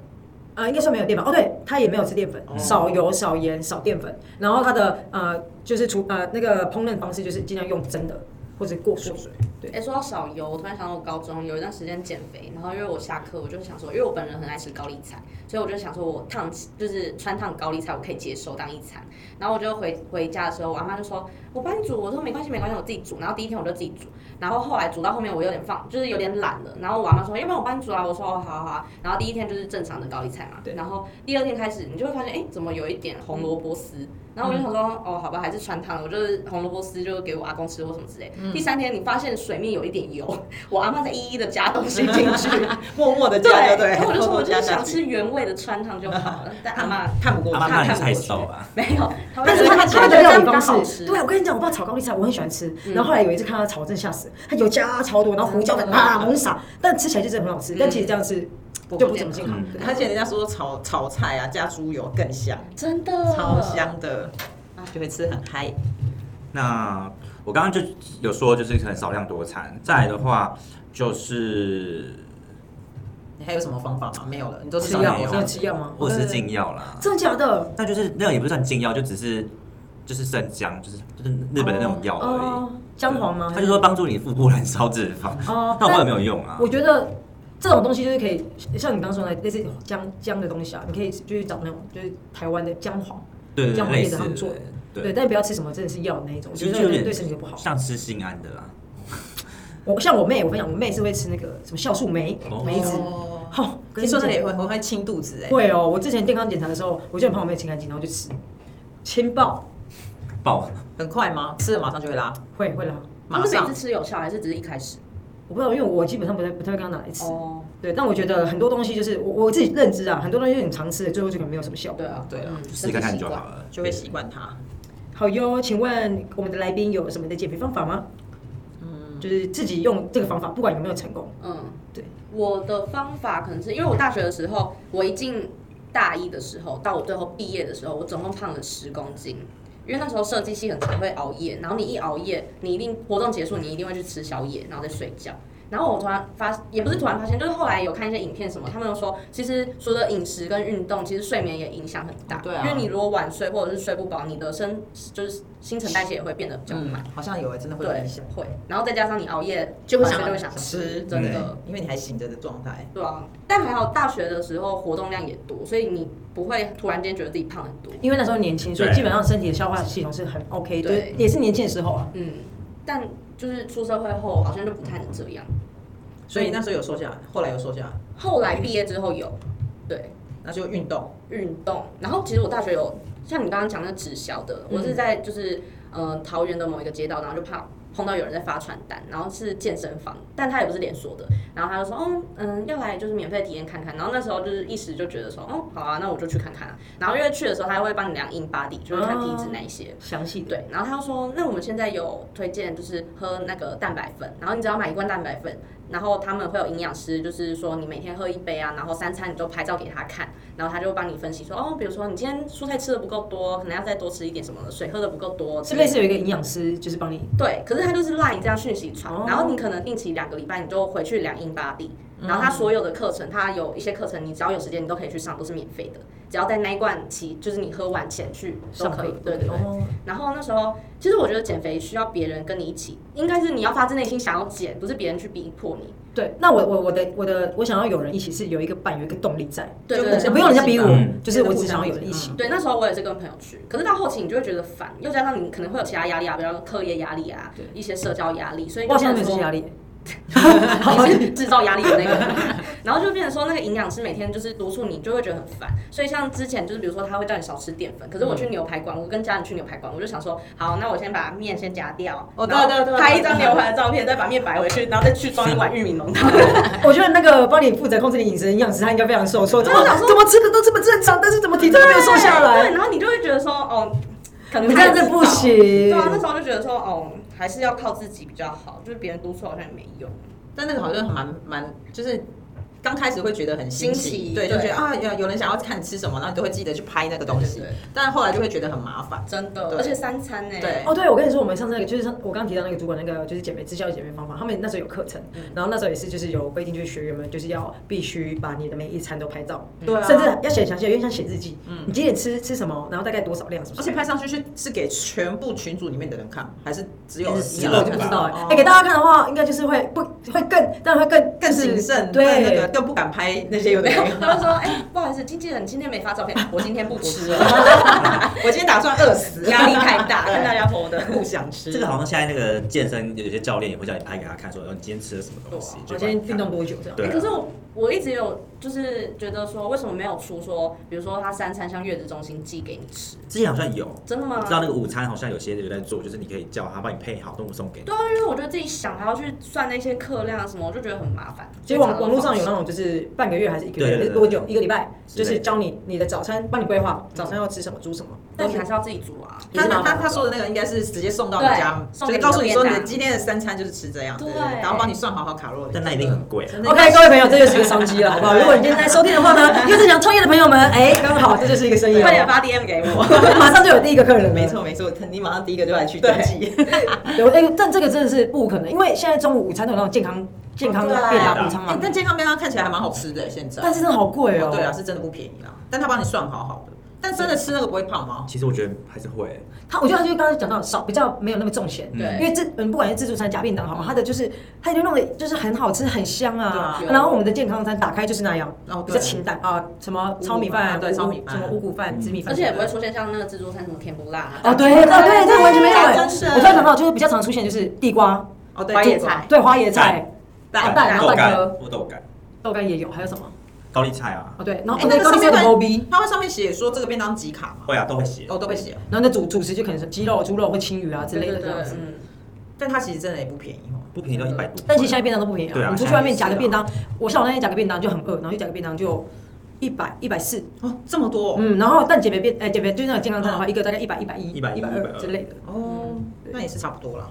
Speaker 1: 呃，应该算没有淀粉哦，对，他也没有吃淀粉，
Speaker 3: 哦
Speaker 1: 少油、少盐、少淀粉。然后他的呃，就是除呃那个烹饪方式就是尽量用蒸的，或者过水。对
Speaker 4: 哎、，说到少油，我突然想到我高中有一段时间减肥，然后因为我下课，我就想说，因为我本人很爱吃高丽菜，所以我就想说我烫就是穿烫高丽菜，我可以接受当一餐。然后我就回回家的时候，我阿妈就说我帮你煮，我说没关系没关系，我自己煮。然后第一天我就自己煮，然后后来煮到后面我有点放，就是有点懒了。然后我阿妈说要不然我帮你煮啊，我说哦好啊好啊。然后第一天就是正常的高丽菜嘛
Speaker 1: 对，
Speaker 4: 然后第二天开始你就会发现哎、怎么有一点红萝卜丝，然后我就想说，哦，好吧，还是穿烫，我就是红萝卜丝，就给我阿公吃或什么之类。第三天你发现水面有一点油， 我阿妈在一一的加东西进去，
Speaker 3: 嗯默默的加，
Speaker 4: 对
Speaker 3: 对，
Speaker 4: 然后我就
Speaker 3: 偷
Speaker 4: 说
Speaker 3: 偷
Speaker 4: 我就是
Speaker 3: 加嗯
Speaker 4: 想
Speaker 3: 下去。
Speaker 4: 吃原味的穿烫就好了，但阿妈
Speaker 3: 看不过
Speaker 1: 嗯
Speaker 2: 阿
Speaker 3: 去，
Speaker 2: 妈怕你
Speaker 4: 看不
Speaker 2: 太
Speaker 4: 过去
Speaker 2: 瘦啊吧？
Speaker 4: 没有，她会
Speaker 1: 但是
Speaker 4: 觉得
Speaker 1: 他
Speaker 4: 她觉
Speaker 1: 他
Speaker 4: 得
Speaker 1: 的料
Speaker 4: 这
Speaker 1: 理
Speaker 4: 样刚好
Speaker 1: 方
Speaker 4: 吃，
Speaker 1: 式，嗯对，我啊跟你讲，我爸炒高丽菜，我很喜欢吃。然后后来有一次看他炒，真吓死，他油加超多，然后胡椒粉啪猛撒，但吃起来就真的很好吃。但其实这样吃就不怎么健康
Speaker 2: 嗯。
Speaker 1: 对
Speaker 3: 而且人家说炒炒菜啊，加猪油更香，
Speaker 4: 真的
Speaker 3: 超，香的，就会吃很嗨。
Speaker 2: 那我刚刚就有说，就是可能少量多餐。再来的话，就是
Speaker 3: 你还有什么方法吗？没有了，你都吃
Speaker 1: 吃
Speaker 3: 少
Speaker 1: 药
Speaker 3: 量，油
Speaker 1: 要吃药吗？
Speaker 2: 或者是禁药啦。
Speaker 1: 真的假的？
Speaker 2: 那就是那个也不算禁药，就只是就是生姜，就是就是日本的那种药而已。
Speaker 1: 哦，姜黄吗？
Speaker 2: 他就说帮助你腹部燃烧脂肪，
Speaker 1: 哦，
Speaker 2: 那我有没有用啊
Speaker 1: 我？觉得这种东西就是可以，像你刚说的类似姜姜的东西啊，你可以就去找那种就是台湾的姜黄，
Speaker 2: 对
Speaker 1: 这
Speaker 2: 对对，
Speaker 1: 样我也
Speaker 2: 类
Speaker 1: 得
Speaker 2: 似
Speaker 1: 他们做
Speaker 2: 对
Speaker 1: 对，但不要吃什么真的是药的那一种，
Speaker 2: 其实
Speaker 1: 就
Speaker 2: 就有
Speaker 1: 是
Speaker 2: 点
Speaker 1: 对身体就不好。
Speaker 2: 像吃心安的啦。
Speaker 1: 我像我妹，我分享，我妹是会吃那个什么酵素梅
Speaker 2: 哦
Speaker 1: 梅子，
Speaker 3: 哦
Speaker 1: 好，跟
Speaker 3: 听
Speaker 1: 你
Speaker 3: 说
Speaker 1: 讲
Speaker 3: 那里会会会清肚子哎，
Speaker 1: 会哦。我之前健康检查的时候，我就很怕我妹情感紧，然后就吃，亲爆
Speaker 2: 爆
Speaker 3: 很快吗？吃了马上就会拉，
Speaker 1: 会会啦。
Speaker 4: 他
Speaker 3: 马
Speaker 4: 们是每
Speaker 3: 上
Speaker 4: 次。吃有效，还是只是一开始？
Speaker 1: 我不知道，因为我基本上不太不太会跟她拿来吃。
Speaker 4: 哦，
Speaker 1: 对，但我觉得很多东西就是我我自己认知啊，很多东西你常吃的，最后就可能没有什么效果。
Speaker 4: 对啊，
Speaker 3: 对啊
Speaker 4: 嗯
Speaker 2: 试看看就好。了，
Speaker 3: 就会习惯它。
Speaker 1: 好哟，请问我们的来宾有什么的减肥方法吗？嗯，就是自己用这个方法，不管有没有成功，
Speaker 4: 嗯，
Speaker 1: 对。
Speaker 4: 我的方法可能是因为我大学的时候，我一进大一的时候，到我最后毕业的时候，我总共胖了十公斤。因为那时候设计系很常会熬夜，然后你一熬夜，你一定活动结束，你一定会去吃宵夜，然后再睡觉。然后我突然发，也不是突然发现，就是后来有看一些影片什么，他们都说，其实除了饮食跟运动，其实睡眠也影响很大。
Speaker 3: 对啊
Speaker 4: 因为你如果晚睡或者是睡不饱，你的身就是新陈代谢也会变得比较
Speaker 3: 嗯
Speaker 4: 慢。，
Speaker 3: 好像有哎，真的会有
Speaker 4: 对
Speaker 3: 影响，，
Speaker 4: 会。然后再加上你熬夜，就会想就会想
Speaker 3: 吃
Speaker 4: 真的。
Speaker 2: 对
Speaker 3: 因为你还醒着的状态。
Speaker 4: 对啊，但还好大学的时候活动量也多，所以你不会突然间觉得自己胖很多。
Speaker 1: 因为那时候年轻，所以
Speaker 2: 对
Speaker 1: 基本上身体的消化系统是很 OK，的
Speaker 4: 对
Speaker 1: 对，也是年轻的时候啊。
Speaker 4: 嗯，但就是出社会后好像就不太能这样。
Speaker 3: 所以那时候有瘦下来，后来有瘦下来，
Speaker 4: 后来毕业之后有，对，
Speaker 3: 那就运动。
Speaker 4: 运动。然后其实我大学有像你刚刚讲的直销的，我是在就是呃桃园的某一个街道，然后就怕碰到有人在发传单，然后是健身房，但他也不是连锁的，然后他就说，哦，嗯，要来就是免费体验看看。然后那时候就是一时就觉得说，哦，好啊，那我就去看看、啊。然后因为去的时候，他还会帮你量 in body，就是看体脂那一些。
Speaker 1: 详细的，
Speaker 4: 对，然后他就说，那我们现在有推荐，就是喝那个蛋白粉，然后你只要买一罐蛋白粉，然后他们会有营养师，就是说你每天喝一杯啊，然后三餐你都拍照给他看，然后他就帮你分析说，哦，比如说你今天蔬菜吃的不够多，可能要再多吃一点什么的，水喝的不够多之
Speaker 1: 是
Speaker 4: 类
Speaker 1: 类
Speaker 4: 的，
Speaker 1: 似有一个营养师，就是帮你
Speaker 4: 对，可是他就是 line 这样讯息传，
Speaker 1: 哦嗯
Speaker 4: 然后你可能定期两个礼拜你就回去量 in body，然后他所有的课程，他有一些课程你只要有时间你都可以去上，都是免费的，只要在那一罐期，就是你喝完前去都
Speaker 1: 上
Speaker 4: 可
Speaker 1: 课
Speaker 4: 以，，对对对。
Speaker 1: 哦
Speaker 4: 然后那时候，其实我觉得减肥需要别人跟你一起，应该是你要发自内心想要减，不是别人去逼迫你。
Speaker 1: 对，那我我我的我的我想要有人一起是有一个伴，有一个动力在，
Speaker 4: 对
Speaker 3: 就
Speaker 4: 对
Speaker 3: 互
Speaker 1: 我
Speaker 3: 相
Speaker 1: 不用人家
Speaker 3: 刺激
Speaker 1: 逼
Speaker 3: 吧
Speaker 1: 我
Speaker 2: 嗯，
Speaker 1: 就是我只想要有人一起
Speaker 3: 嗯。
Speaker 4: 对，那时候我也是跟朋友去，可是到后期你就会觉得烦，又加上你可能会有其他压力啊，比方课业压力啊，一些社交压力，所以
Speaker 1: 我
Speaker 4: 就
Speaker 1: 好像
Speaker 4: 变
Speaker 1: 没有这些
Speaker 4: 成
Speaker 1: 压
Speaker 4: 说
Speaker 1: 力，
Speaker 3: 哦
Speaker 4: 你是制造压力的那个 人，然后就变成说那个营养师每天就是督促你，就会觉得很烦。所以像之前就是比如说他会叫你少吃淀粉，可是我
Speaker 3: 嗯
Speaker 4: 去牛排馆，我跟家人去牛排馆，我就想说好，那我先把面先夹掉，
Speaker 3: 哦
Speaker 4: 然后
Speaker 3: 对对对对
Speaker 4: 拍一张牛排的照片，再把面摆回去，然后再去装一碗玉米浓 汤。
Speaker 3: 哦
Speaker 1: 我觉得那个帮你负责控制你饮食的营养师，他应该非常受挫，怎么
Speaker 4: 啊我想说
Speaker 1: 怎么吃的都这么正常，但是怎么体重没有瘦下来
Speaker 4: 对，？然后你就会觉得说，哦，可能
Speaker 1: 你这样子不行
Speaker 4: 对啊，那时候就觉得说，哦，还是要
Speaker 3: 哦
Speaker 4: 靠自己比较好，就是别人督促好像也没用。
Speaker 3: 但那个好像蛮蛮，就是刚开始会觉得很嗯新
Speaker 4: 新
Speaker 3: 奇
Speaker 4: 奇，
Speaker 3: 对，就觉
Speaker 4: 对
Speaker 3: 得啊，有有人想要看你吃什么，然后你都会记得去拍那个东西
Speaker 4: 对对对，
Speaker 3: 但后来就会觉得很麻烦。
Speaker 4: 真的，
Speaker 3: 对
Speaker 4: 而且三餐欸呢，
Speaker 3: 对
Speaker 1: 哦，对，我跟你说，我们上次那个就是上我刚刚提到那个主管那个就是减肥支教减肥方法，他们那时候有课程，
Speaker 4: 嗯
Speaker 1: 然后那时候也是就是有规定，就是学员们就是要必须把你的每一餐都拍照，
Speaker 3: 对啊
Speaker 1: 甚至要写详细，有点像写日记，
Speaker 4: 嗯
Speaker 1: 你几点吃吃什么，然后大概多少量，是不
Speaker 3: 而
Speaker 1: 是
Speaker 3: 且？拍上去是是给全部群组里面的人看，还是只有
Speaker 1: 我
Speaker 3: 你啊
Speaker 2: 了
Speaker 1: 我
Speaker 3: 看
Speaker 1: 就不知
Speaker 3: 到
Speaker 1: 道哎、
Speaker 3: 哦
Speaker 1: 哎、给大家看的话，应该就是会不会更，当然会更
Speaker 3: 更
Speaker 1: 就是
Speaker 3: 谨慎，
Speaker 1: 对
Speaker 3: 更那个更不敢拍那些有 的
Speaker 4: 没
Speaker 3: 没
Speaker 4: 有
Speaker 3: 有。，
Speaker 4: 他就说，哎，不好意思，经纪人今天没 发照片，我今天不吃了，
Speaker 3: 我今天打算饿死，
Speaker 4: 压力太大，
Speaker 3: 对
Speaker 4: 看大家 PO 的。
Speaker 3: 不想吃。
Speaker 2: 这个好像现在那个健身有些教练也会叫你拍给他看，说哦你今天吃了什么东西。
Speaker 1: 我
Speaker 2: 就
Speaker 1: 今
Speaker 2: 帮你看
Speaker 1: 啊天运动多久这样？
Speaker 2: 对啊
Speaker 4: 欸可是我我一直有就是觉得说，为什么没有出说，比如说他三餐像月子中心寄给你吃，
Speaker 2: 之前好像有，
Speaker 4: 真的吗
Speaker 2: 我？知道那个午餐好像有些有在做，就是你可以叫他帮你配好，动物送给你。
Speaker 4: 对啊，因为我觉得自己想还要去算那些克量什么，我就觉得很麻烦。
Speaker 1: 其实网网络上有那种就是半个月还是一个月
Speaker 2: 对对
Speaker 1: 还
Speaker 2: 对
Speaker 1: 是多久一个礼拜，
Speaker 2: 之
Speaker 1: 就
Speaker 2: 类的
Speaker 1: 是教你你的早餐，帮你规划早餐要吃什么煮什么，
Speaker 4: 但你还是要自己煮啊。
Speaker 1: 也
Speaker 3: 他
Speaker 1: 是麻
Speaker 3: 他
Speaker 1: 烦
Speaker 3: 他说的那个应该是直接送到你
Speaker 4: 对
Speaker 3: 家，
Speaker 4: 送给
Speaker 3: 就是
Speaker 4: 你
Speaker 3: 告诉你说
Speaker 4: 的
Speaker 3: 你
Speaker 4: 便当
Speaker 3: 的今天的三餐就是吃这样，对对，
Speaker 4: 对
Speaker 3: 对然后帮你算好好卡路里。
Speaker 2: 但那一定很贵啊。
Speaker 3: 真的
Speaker 1: OK，各位朋友，这就是一个商机了， 好不好？如果你今天在收听的话呢，又是想创业的朋友们，哎、刚好这就是一个生意
Speaker 4: 快点
Speaker 1: 了，
Speaker 4: 发 DM 给我。
Speaker 1: 马上就有第一个客人了。
Speaker 3: 没，错没错，你马上第一个就来去登记。
Speaker 1: 有哎、但这个真的是不可能，因为现在中午午餐都有那种健康 健康
Speaker 3: 对啊
Speaker 1: 便当午餐
Speaker 3: 哎
Speaker 1: 嘛，
Speaker 3: 但健康便当看起来还蛮好吃的，现在。
Speaker 1: 但是真的好贵哦、
Speaker 3: 哦对啊，是真的不便宜啦，但他帮你算好好的。但真的吃那个不会胖吗？
Speaker 2: 其实我觉得还是会，
Speaker 1: 他我觉得他就刚才讲到少比较没有那么重咸，
Speaker 4: 对
Speaker 1: 因 为自嗯不管是自助餐、夹便当好吗？它的就是它就弄得就是很好吃、很香啊。
Speaker 4: 对啊
Speaker 1: 然后我们的健康餐打开就是那样，
Speaker 3: 哦
Speaker 1: 比
Speaker 3: 对
Speaker 1: 较清淡啊，什么糙米
Speaker 3: 啊
Speaker 1: 饭、
Speaker 3: 对
Speaker 1: 五谷
Speaker 3: 糙米饭嗯
Speaker 1: 什么五谷饭、紫米饭，
Speaker 4: 而且也不会出现像那个自助餐什么甜不辣啊。
Speaker 1: 哦对哦对，这完全没有哎。
Speaker 3: 真是
Speaker 1: 我突然想到，就是比较常出现就是地瓜、
Speaker 3: 哦，对，
Speaker 4: 花椰
Speaker 3: 猪
Speaker 4: 菜
Speaker 1: 对花椰哎菜、
Speaker 3: 蛋
Speaker 1: 蛋然
Speaker 3: 蛋
Speaker 1: 后
Speaker 2: 豆
Speaker 1: 蛋
Speaker 2: 干
Speaker 1: 壳、
Speaker 2: 我豆干、
Speaker 1: 豆干也有，还有什么？
Speaker 2: 高丽菜啊，
Speaker 1: 哦对，然后
Speaker 3: 哎
Speaker 1: 哦
Speaker 3: 那
Speaker 1: 对
Speaker 3: 个
Speaker 1: 高丽菜
Speaker 3: 上面
Speaker 1: 很
Speaker 3: 会
Speaker 1: O B，
Speaker 3: 它会上面写说这个便当几卡嘛？
Speaker 2: 会啊，都会写。
Speaker 3: 哦，都被写。
Speaker 1: 然后那主主食就可能是鸡肉、猪肉或青鱼啊之类的这样子。
Speaker 4: 嗯，
Speaker 3: 但它其实真的也不便宜哦。
Speaker 2: 不便宜到一百多。
Speaker 1: 但其实现在便当都不便宜
Speaker 2: 对
Speaker 1: 啊，
Speaker 2: 啊
Speaker 1: 你出去外面夹个便当，我像我那天夹个便当就很饿，然后就夹个便当就一百一百四，
Speaker 3: 哦，这么多哦
Speaker 1: 嗯，然后但减肥便哎减肥就是那个健康餐的话，一个大概一百一百一、
Speaker 2: 110
Speaker 1: 二之类的。
Speaker 3: 哦，那也是差不多啦。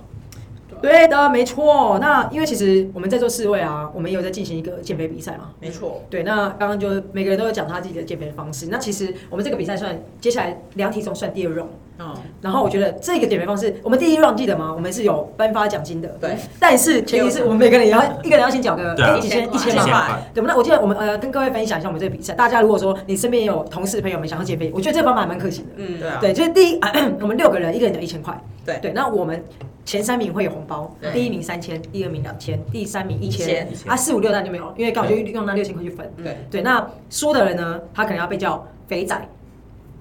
Speaker 1: 对的，没错。那因为其实我们在做试位啊，我们也有在进行一个减肥比赛嘛。
Speaker 3: 没错，
Speaker 1: 对，那刚刚就每个人都有讲他自己的减肥方式。那其实我们这个比赛算接下来量体重算第二 round，
Speaker 3: 嗯，
Speaker 1: 然后我觉得这个减肥方式，我们第一 round 记得吗？我们是有颁发奖金的，
Speaker 3: 对。
Speaker 1: 但是前提是我们每个人也要一个人要先缴个
Speaker 2: 对啊
Speaker 1: 哎几千一
Speaker 4: 一
Speaker 1: 千
Speaker 4: 千
Speaker 1: 嘛
Speaker 2: 一
Speaker 3: 块，
Speaker 2: 块，
Speaker 1: 对，那我记得我们呃跟各位分享一下我们这个比赛。大家如果说你身边有同事朋友们想要减肥，我觉得这个方法还蛮可行的。
Speaker 4: 嗯
Speaker 3: 对啊，
Speaker 1: 对，就是第一， 我们六个人，一个人有一千块。
Speaker 3: 对
Speaker 1: 对，那我们前三名会有红包，
Speaker 4: 对
Speaker 1: 第一名三千，第二名两千，第三名一千
Speaker 3: 1000，
Speaker 1: 啊四五六那就没有，因为刚好就用那六千块去分。
Speaker 3: 对，
Speaker 1: 对，那输的人呢，他可能要被叫肥仔、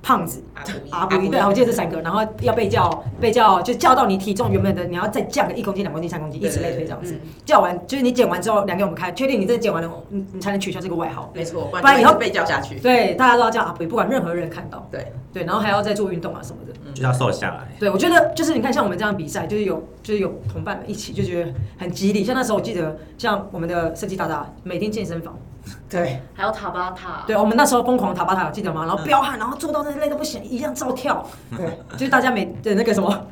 Speaker 1: 胖子、
Speaker 3: 阿布
Speaker 1: 嗯阿布对，我记得这三个，然后要被叫被叫，就叫到你体重原本的，你要再降个一公斤、两公斤、三公斤，一直类推这样子
Speaker 4: 嗯。
Speaker 1: 叫完就是你减完之后量给我们看，确定你真的减完了，你你才能取消这个外号。
Speaker 3: 没错，
Speaker 1: 不
Speaker 3: 不
Speaker 1: 然
Speaker 3: 然
Speaker 1: 以
Speaker 3: 以
Speaker 1: 后
Speaker 3: 后被叫下去。
Speaker 1: 对，大家都要叫阿布，不管任何人看到。
Speaker 3: 对，
Speaker 1: 对，然后还要再做运动啊什么的。
Speaker 2: 就是要瘦下来。
Speaker 1: 对，我觉得就是你看，像我们这样比赛，就是有就是有同伴们一起，就觉得很激励。像那时候我记得，像我们的设计大大每天健身房，
Speaker 3: 对，
Speaker 4: 还有塔巴塔。
Speaker 1: 对我们那时候疯狂塔巴塔，记得吗？然后彪悍，然后做到那累都不行，一样照跳。
Speaker 3: 对，
Speaker 1: 就是大家每的那个什么，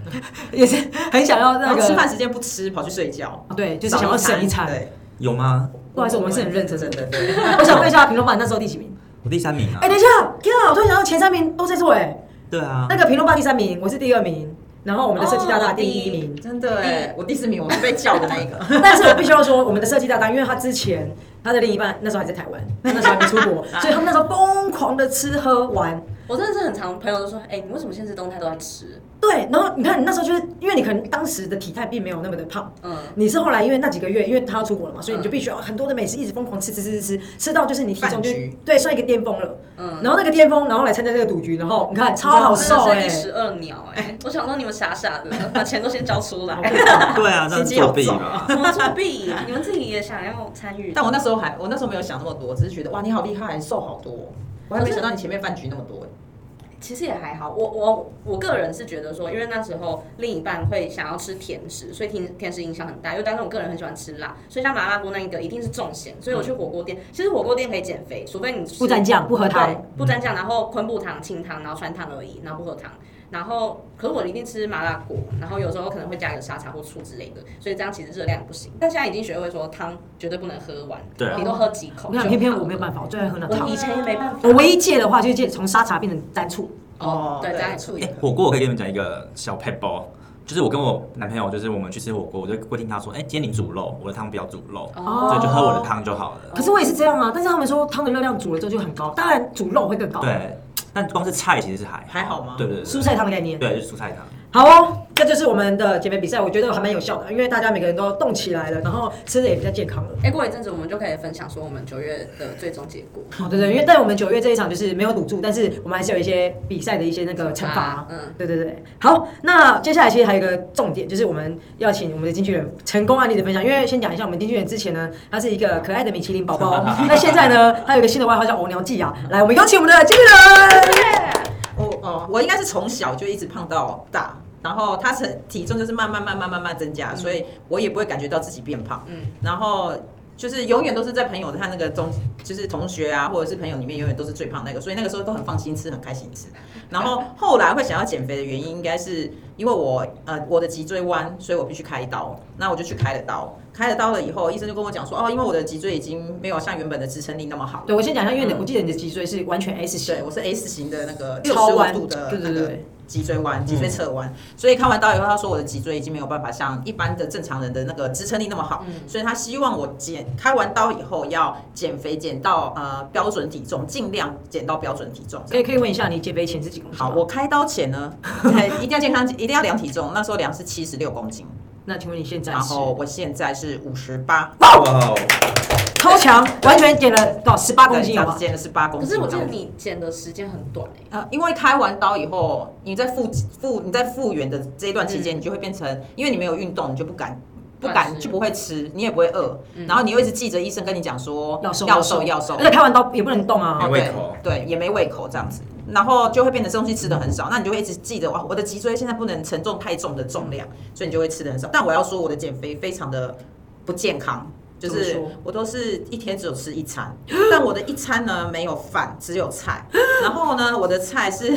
Speaker 1: 也是很想要那
Speaker 3: 然后
Speaker 1: 个
Speaker 3: 吃饭时间不吃，跑去睡觉，
Speaker 1: 啊对，就是想要省一餐。
Speaker 3: 对，
Speaker 2: 有吗？
Speaker 1: 不好意思，我们是很认真
Speaker 3: 真
Speaker 1: 的。
Speaker 3: 的，对，
Speaker 1: 我想问一下评论版那时候第几名？
Speaker 2: 我第三名啊
Speaker 1: 哎，。等一下，天啊！我突然想到前三名都在做哎，
Speaker 2: 对 啊
Speaker 1: 那，个评论版第三名，我是第二名，然后我们的设计大大第一名。
Speaker 3: 真 的哎，我第四名，我是被叫的那一个。
Speaker 1: 但是我必须要说，我们的设计大大，因为他之前他的另一半那时候还在台湾，那时候还没出国，所以他们那时候疯狂的吃喝玩。
Speaker 4: 我真的是很常朋友都说，哎，你为什么现实动态都在吃？
Speaker 1: 对，然后你看你那时候就是因为你可能当时的体态并没有那么的胖，
Speaker 4: 嗯，
Speaker 1: 你是后来因为那几个月，因为他要出国了嘛，所以你就必须要很多的美食一直疯狂吃吃吃吃吃，吃到就是你体重就
Speaker 3: 饭局
Speaker 1: 对算一个巅峰了。
Speaker 4: 嗯
Speaker 1: 然后那个巅峰，然后来参加这个赌局，然哦后你看超好瘦哎、
Speaker 4: 第十二秒 哎，我想说你们傻傻的，把钱都先交出来，
Speaker 2: 对啊，这样
Speaker 3: 心机好
Speaker 2: 作弊
Speaker 3: 重
Speaker 2: 吧。
Speaker 4: 什么作弊？你们自己也想要参与？
Speaker 3: 但我那时候还，我那时候没有想那么多，只是觉得哇，你好厉害，瘦好多哦。我还没想到你前面饭局那么多哎。
Speaker 4: 其实也还好，我我我个人是觉得说，因为那时候另一半会想要吃甜食，所以甜甜食影响很大。因为但是我个人很喜欢吃辣，所以像麻辣锅那一个一定是重咸，所以我去火锅店，其实火锅店可以减肥，除非你吃
Speaker 1: 不沾酱不喝汤
Speaker 4: 对，不沾酱，然后昆布糖、清汤，然后穿汤而已，然后不喝汤。然后，可是我一定吃麻辣锅，然后有时候可能会加个沙茶或醋之类的，所以这样其实热量不行。但现在已经学会说汤绝对不能喝完，
Speaker 2: 对啊
Speaker 4: 你都喝几口
Speaker 1: 我跟
Speaker 4: 就
Speaker 1: 你
Speaker 4: 好了。
Speaker 1: 讲，偏偏我没有办法，我最爱喝那
Speaker 4: 我
Speaker 1: 汤
Speaker 4: 以。前也没办法。
Speaker 1: 我唯一戒的话，就是戒从沙茶变成单醋。
Speaker 4: 哦，对，加点醋
Speaker 3: 醋
Speaker 2: 哎、火锅我可以跟你们讲一个小 p e b a l 就是我跟我男朋友，就是我们去吃火锅，我就会听他说，哎、今天你煮肉，我的汤不要煮肉，
Speaker 1: 哦
Speaker 2: 所以就喝我的汤就好了。
Speaker 1: 可是我也是这样啊，但是他们说汤的热量煮了之后就很高，当然煮肉会更高。，
Speaker 2: 对，但光是菜其实是还
Speaker 3: 还好吗
Speaker 2: 对对对，
Speaker 1: 蔬菜汤的概念。
Speaker 2: 对就是蔬菜汤。
Speaker 1: 好哦，这就是我们的减肥比赛，我觉得还蛮有效的，因为大家每个人都动起来了，然后吃的也比较健康
Speaker 3: 嗯
Speaker 1: 了。
Speaker 4: 哎、过一阵子我们就可以分享说我们九月的最终结果。
Speaker 1: 哦，对对，因为但我们九月这一场就是没有赌注，但是我们还是有一些比赛的一些那个惩罚。
Speaker 4: 嗯，
Speaker 1: 对对对，好，那接下来其实还有一个重点，就是我们要请我们的经纪人成功案啊例的分享。因为先讲一下，我们经纪人之前呢，他是一个可爱的米其林宝 宝，那现在呢，他有一个新的外号叫“偶娘季”啊。来，我们有请我们的经纪人。
Speaker 3: 我哦，我应该是从小就一直胖到大，然后他是体重就是慢慢慢慢慢慢增加，所以我也不会感觉到自己变胖。
Speaker 4: 嗯
Speaker 3: 嗯，然后就是永远都是在朋友他那个中，就是同学啊或者是朋友里面永远都是最胖那个，所以那个时候都很放心吃，很开心吃。然后后来会想要减肥的原因，应该是因为我呃我的脊椎弯，所以我必须开刀。那我就去开了刀，开了刀了以后，医生就跟我讲说，哦，因为我的脊椎已经没有像原本的支撑力那么好了。
Speaker 1: 对，我先讲一下，因为你
Speaker 3: 嗯
Speaker 1: 我记得你的脊椎是完全 S 型
Speaker 3: 对，，我是 S 型的那个六
Speaker 1: 超
Speaker 3: 十
Speaker 1: 弯
Speaker 3: 五度的
Speaker 1: 对对
Speaker 3: 那
Speaker 1: 对
Speaker 3: 个
Speaker 1: 对嗯
Speaker 3: 脊椎弯，脊椎侧弯。所以看完刀以后，他说我的脊椎已经没有办法像一般的正常人的那个支撑力那么好，
Speaker 1: 嗯
Speaker 3: 所以他希望我减开完刀以后要减肥减到呃标准体重，尽量减到标准体重。
Speaker 1: 可以可以问一下你减肥前是几公斤吗？
Speaker 3: 好，我开刀前呢， 对一定要健康，一定要量体重。那时候量是七十六公斤，
Speaker 1: 那请问你现在
Speaker 3: 然
Speaker 1: 是
Speaker 3: 后我现在是五十八，
Speaker 2: 哇哦，
Speaker 1: 超强，完全减了多少十八公斤好
Speaker 3: 对
Speaker 1: 不
Speaker 3: 长
Speaker 1: 好？
Speaker 3: 减了十八公
Speaker 4: 可
Speaker 3: 斤。
Speaker 4: 是我记得你减的时间很短哎、
Speaker 3: 呃，因为开完刀以后，你在复复你在复原的这一段期
Speaker 1: 嗯
Speaker 3: 间，你就会变成，因为你没有运动，你就不敢不
Speaker 4: 乱
Speaker 3: 敢
Speaker 4: 吃
Speaker 3: 就不会吃，你也不会饿，然后你又一直记着医生跟你讲说
Speaker 1: 嗯要瘦
Speaker 3: 要瘦要瘦
Speaker 1: 而，且开完刀也不能动啊
Speaker 2: 没。
Speaker 3: 哦
Speaker 2: 胃
Speaker 3: 对
Speaker 2: 口
Speaker 3: 对，也没胃口这样子，然后就会变成东西吃的很少，那你就会一直记着哇，我的脊椎现在不能承重太重的重量，
Speaker 1: 嗯
Speaker 3: 所以你就会吃的很少。但我要说，我的减肥非常的不健康。就
Speaker 1: 怎
Speaker 3: 是
Speaker 1: 么说
Speaker 3: 我都是一天只有吃一餐，但我的一餐呢没有饭，只有菜。然后呢，我的菜是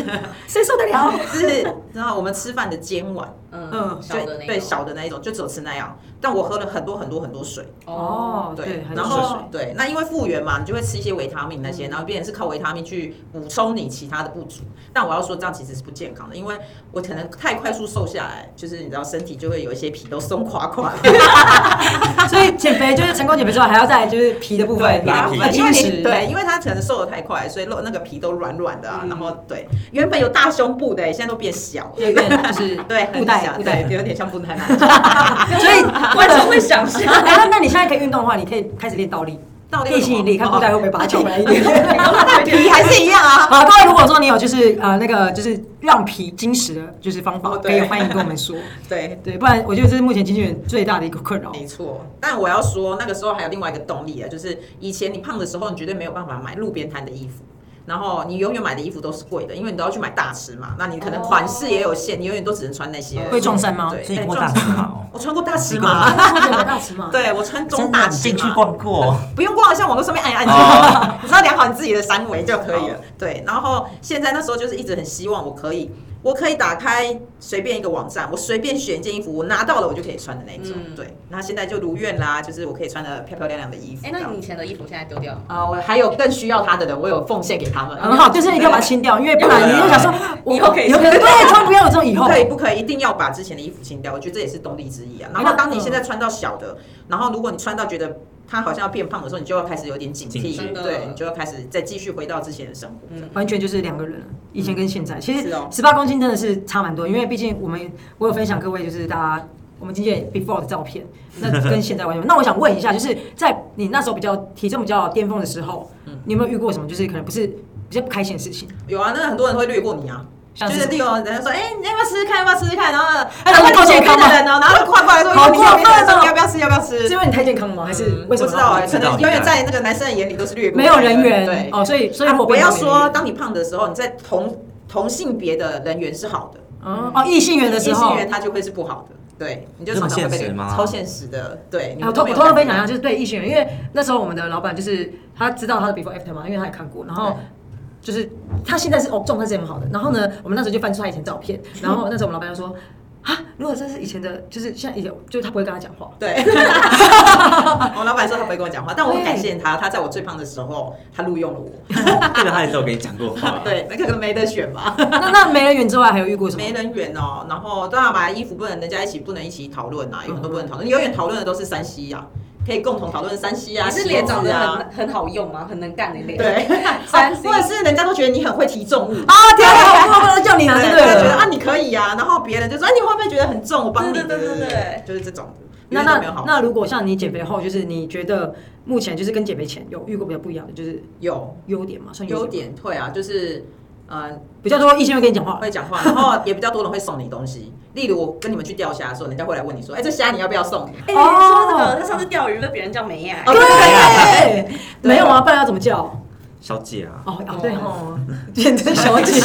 Speaker 1: 谁受得了？
Speaker 3: 哦是，然后我们吃饭的煎碗，
Speaker 4: 嗯
Speaker 1: 嗯
Speaker 4: 小的那
Speaker 3: 对
Speaker 4: 种
Speaker 3: 对小的那一种，就只有吃那样。但我喝了很多很多很多水，
Speaker 1: 哦，对，还是
Speaker 3: 然
Speaker 1: 水
Speaker 3: 后对，那因为复原嘛，你就会吃一些维他命那些，然后变成是靠维他命去补充你其他的不足。但我要说，这样其实是不健康的，因为我可能太快速瘦下来，就是你知道身体就会有一些皮都松垮垮的，
Speaker 1: 所以减肥就是成功减肥之后，还要再来就是皮的部 分，啊
Speaker 2: 对拉皮
Speaker 1: 然后
Speaker 3: 因为
Speaker 1: 饮食
Speaker 3: 你对，因为他可能瘦的太快，所以肉那个皮都软软的、啊，然后对，原本有大胸部的、现在都变小了，
Speaker 1: 有点就是
Speaker 3: 对，
Speaker 1: 布
Speaker 3: 很
Speaker 1: 袋
Speaker 3: 小
Speaker 1: 布袋。
Speaker 3: 对，有点像布袋那样。
Speaker 1: 所以。
Speaker 4: 完全会想象
Speaker 1: 哎，那那你现在可以运动的话，你可以开始练倒立、
Speaker 3: 倒
Speaker 1: 地吸引力，看布袋会不会把它救回来 一
Speaker 3: 哦
Speaker 1: 点。
Speaker 3: 皮还是一样啊。
Speaker 1: 好，各位，如果说你有就是呃那个就是让皮金石的，就是方法，
Speaker 3: 哦
Speaker 1: 可
Speaker 3: 对
Speaker 1: 以欢迎跟我们说。
Speaker 3: 对，
Speaker 1: 对，不然我觉得这是目前经纪人最大的一个 困扰。
Speaker 3: 没错。但我要说，那个时候还有另外一个动力啊，就是以前你胖的时候，你绝对没有办法买路边摊的衣服。然后你永远买的衣服都是贵的，因为你都要去买大尺码，那你可能款式也有限，你永远都只能穿那些。
Speaker 1: 会撞衫吗？
Speaker 3: 对，
Speaker 2: 所以你
Speaker 3: 哎
Speaker 2: 过大
Speaker 3: 撞
Speaker 2: 尺码哦
Speaker 3: 我穿过大尺
Speaker 2: 你
Speaker 3: 码，
Speaker 1: 大尺码。
Speaker 3: 对我穿中
Speaker 2: 真的
Speaker 3: 大
Speaker 2: 你
Speaker 3: 尺
Speaker 2: 进去
Speaker 3: 码。
Speaker 2: 逛过，
Speaker 3: 不用逛，像网络上面按一按就
Speaker 2: 哦
Speaker 3: 好， 你只要量好你自己的三围就可以了。对，然后现在那时候就是一直很希望我可以，我可以打开随便一个网站，我随便选一件衣服，我拿到了我就可以穿的那种。
Speaker 4: 嗯
Speaker 3: 对，那现在就如愿啦，就是我可以穿的漂漂亮亮的衣服。
Speaker 4: 哎、那你以前的衣服现在丢掉了吗？
Speaker 3: 啊、我还有更需要他的人，我有奉献给他们。
Speaker 1: 很好，就是 你要把它清掉，因为不然你就想说，
Speaker 3: 啊
Speaker 1: 我
Speaker 4: 以后可以
Speaker 1: 有可能对，千万不要有这种以
Speaker 3: 不
Speaker 1: 后。
Speaker 3: 可以，不可以，一定要把之前的衣服清掉。我觉得这也是动力之一啊。然后，当你现在穿到小的，然后如果你穿到觉得它好像要变胖的时候，你就要开始有点警
Speaker 2: 警
Speaker 3: 惕，
Speaker 4: 惕
Speaker 3: 对，你就要开始再继续回到之前的生活。
Speaker 4: 嗯
Speaker 1: 完全就是两个人了，以前跟现在，其实
Speaker 3: 是哦
Speaker 1: 十八公斤真的是差蛮多，因为毕竟我们我有分享各位就是大家我们今天 before 的照片， 那跟现在完全。那我想问一下，就是在你那时候比较体重比较巅峰的时候，
Speaker 3: 嗯
Speaker 1: 你有没有遇过什么就是可能不是比较不开心的事情？
Speaker 3: 有啊，那很多人会略过你啊。
Speaker 1: 像
Speaker 3: 就是是例如人家说，哎、你要不要试试看？要不要试试看？然后，
Speaker 1: 哎
Speaker 3: 哎、
Speaker 1: 我
Speaker 3: 欸，
Speaker 1: 们
Speaker 3: 你
Speaker 1: 够健
Speaker 3: 健
Speaker 1: 康
Speaker 3: 康
Speaker 1: 吗
Speaker 3: 的人哦，然后跨过来说，
Speaker 1: 好
Speaker 3: 你要不要
Speaker 1: 过分哦
Speaker 3: 你要不要吃？要不要
Speaker 1: 是
Speaker 3: 吃？
Speaker 1: 因为你太健康了吗？还是
Speaker 3: 嗯
Speaker 1: 为什
Speaker 3: 我
Speaker 1: 么？
Speaker 3: 不知道哎、
Speaker 2: 不知
Speaker 3: 可
Speaker 2: 道
Speaker 3: 能永远在那个男生的眼里都是略过，
Speaker 1: 没有人缘
Speaker 3: 对，
Speaker 1: 哦，所以所以
Speaker 3: 啊
Speaker 1: 如果
Speaker 3: 我
Speaker 1: 被
Speaker 3: 要
Speaker 1: 没有
Speaker 3: 说，
Speaker 1: 人缘
Speaker 3: 当你胖的时候，你在同同性别的人缘是好的，
Speaker 1: 嗯哦异性缘的时
Speaker 3: 异性
Speaker 1: 候，
Speaker 3: 缘它就会是不好的。对，你就
Speaker 2: 这么
Speaker 3: 常常会被
Speaker 2: 现实
Speaker 3: 那个
Speaker 2: 吗
Speaker 3: 超现实的，对。你
Speaker 1: 我
Speaker 3: 们
Speaker 1: 偷啊
Speaker 3: 都
Speaker 1: 我
Speaker 3: 没有
Speaker 1: 偷偷
Speaker 3: 感觉
Speaker 1: 分享一下，就是对异性缘，因为那时候我们的老板就是他知道他的 before after 嘛，因为他也看过，然后就是他现在是哦状态是很好的。然后呢，我们那时候就翻出他以前照片，然后那时候我们老板就说。啊！如果这是以前的，就是像以前，就是他不会跟他讲话，
Speaker 3: 对， 我老板说他不会跟我讲话，但我很感谢他，他在我最胖的时候，他录用了我。
Speaker 2: 代表他也是有跟你讲过话。，
Speaker 3: 对，那可能没得选吧，
Speaker 1: 那那没人缘之外，还有遇过什么？
Speaker 3: 没人缘哦。然后当然吧，衣服不能人家一起，不能一起讨论啊，有很多不能讨论，永远讨论的都是山西啊，可以共同讨论山西啊，
Speaker 4: 你是哦脸长得
Speaker 3: 西瓜
Speaker 4: 很很好用吗？很能干的脸？，
Speaker 3: 对，
Speaker 4: 山西
Speaker 3: 或者是人家都觉得你很会提重物。
Speaker 1: 啊！天啊，我我我叫你
Speaker 3: 对
Speaker 1: 啊，
Speaker 3: 就
Speaker 1: 对
Speaker 3: 觉
Speaker 1: 不
Speaker 3: 得
Speaker 1: 对？
Speaker 3: 啊你可以啊，然后别人就说哎、你会不会觉得很重？我帮你，
Speaker 4: 对对对对对
Speaker 3: 就是这种的。
Speaker 1: 那
Speaker 3: 因为都没有
Speaker 1: 那
Speaker 3: 好
Speaker 1: 那如果像你减肥后，就是你觉得目前就是跟减肥前有遇过比较不一样的，就是
Speaker 3: 有
Speaker 1: 优点嘛，算
Speaker 3: 优
Speaker 1: 优
Speaker 3: 点会啊，就是呃
Speaker 1: 比较多异性会跟你讲话，
Speaker 3: 会讲话，然后也比较多人会送你东西。例如我跟你们去钓虾的时候，人家会来问你说，哎、这虾你要不要送你？
Speaker 4: 哎，你说这
Speaker 1: 哦
Speaker 4: 个，他上次钓鱼被别人叫美亚，
Speaker 3: 哦对
Speaker 1: 对，没有啊，不然要怎么叫？
Speaker 2: 小姐啊，
Speaker 1: 哦，啊对哦， 简称小姐，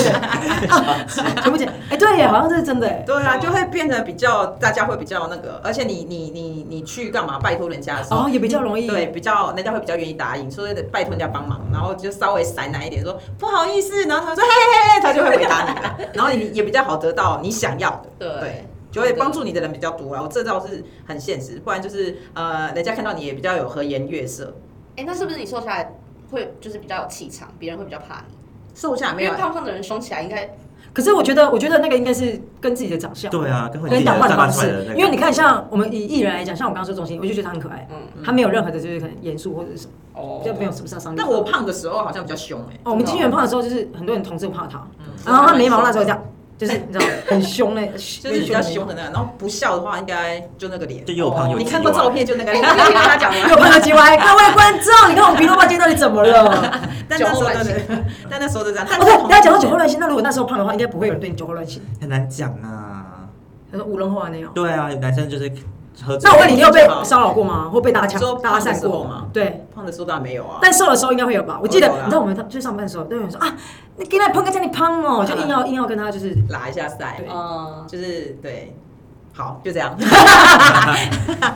Speaker 1: 全部姐，哎，对耶，好像这是真的耶，
Speaker 3: 对啊，就会变得比较大家会比较那个，而且你你你你去干嘛拜托人家的时候。
Speaker 1: 哦，也比较容易，
Speaker 3: 对，，比较人家会比较愿意答应，所以得拜托人家帮忙，然后就稍微散来一点，说不好意思，然后他说嘿嘿嘿，他就会回答你了，然后你也比较好得到你想要的，
Speaker 4: 对，
Speaker 3: 就会帮助你的人比较多啦。我这倒是很现实，不然就是呃，人家看到你也比较有和颜悦色，
Speaker 4: 哎，那是不是你瘦下来会就是比较有气场，别人会比较怕你？
Speaker 3: 瘦下没
Speaker 4: 因
Speaker 3: 有啊
Speaker 4: 为胖胖的人凶起来应该
Speaker 1: 可是我觉得，我觉得那个应该是跟自己的长相。
Speaker 2: 对啊，跟会
Speaker 1: 跟
Speaker 2: 你
Speaker 1: 讲话的方
Speaker 2: 出来
Speaker 1: 式
Speaker 2: 的那，个，
Speaker 1: 因为你看，像我们以艺人来讲，像我刚刚说钟欣，我就觉得她很可爱，
Speaker 4: 嗯
Speaker 1: 她没有任何的就是可能严肃或者是什么，
Speaker 4: 哦
Speaker 1: 就没 有什么杀伤力。
Speaker 3: 但我胖的时候好像比较凶哎、
Speaker 1: 哦，我们金元胖的时候，就是很多人同事会怕他，然后他眉毛那时候这样，就是你知道很凶嘞，
Speaker 3: 就是
Speaker 1: 是
Speaker 3: 比较凶的那个。然后不笑的话，应该就那个脸。哦
Speaker 2: 就又胖又
Speaker 3: 你
Speaker 2: 肌
Speaker 3: 看过
Speaker 2: 肉啊
Speaker 3: 照片就那个
Speaker 4: 哎，你
Speaker 3: 脸。
Speaker 4: 刚刚他讲完，
Speaker 1: 又胖又叽歪。 各位观众，你看我们皮肉爸今天到底怎么了？
Speaker 3: 但那时候
Speaker 4: 酒后乱
Speaker 3: 真的， 但那时候就这样。但
Speaker 1: 哦，对，大家讲到酒后乱性，那如果那时候胖的话，应该不会有人对你酒后乱性，
Speaker 2: 很难讲啊。
Speaker 1: 他说无人话那样。
Speaker 2: 对啊，男生就是喝醉。
Speaker 1: 那我问你，你有被骚扰过吗？或被搭
Speaker 3: 你说
Speaker 1: 讪、搭
Speaker 3: 胖的
Speaker 1: 讪
Speaker 3: 时候
Speaker 1: 过
Speaker 3: 吗？
Speaker 1: 对。
Speaker 3: 胖的时候当然没有啊。
Speaker 1: 但瘦的时候应该会有吧？我记得
Speaker 3: 我有啦，
Speaker 1: 你知道我们去上班的时候，都有人说啊，你给他胖个叫你胖哦，就硬
Speaker 3: 啊
Speaker 1: 要硬要跟他就是
Speaker 3: 拉一下塞，
Speaker 4: 嗯，
Speaker 3: 就是对。好，就 这样。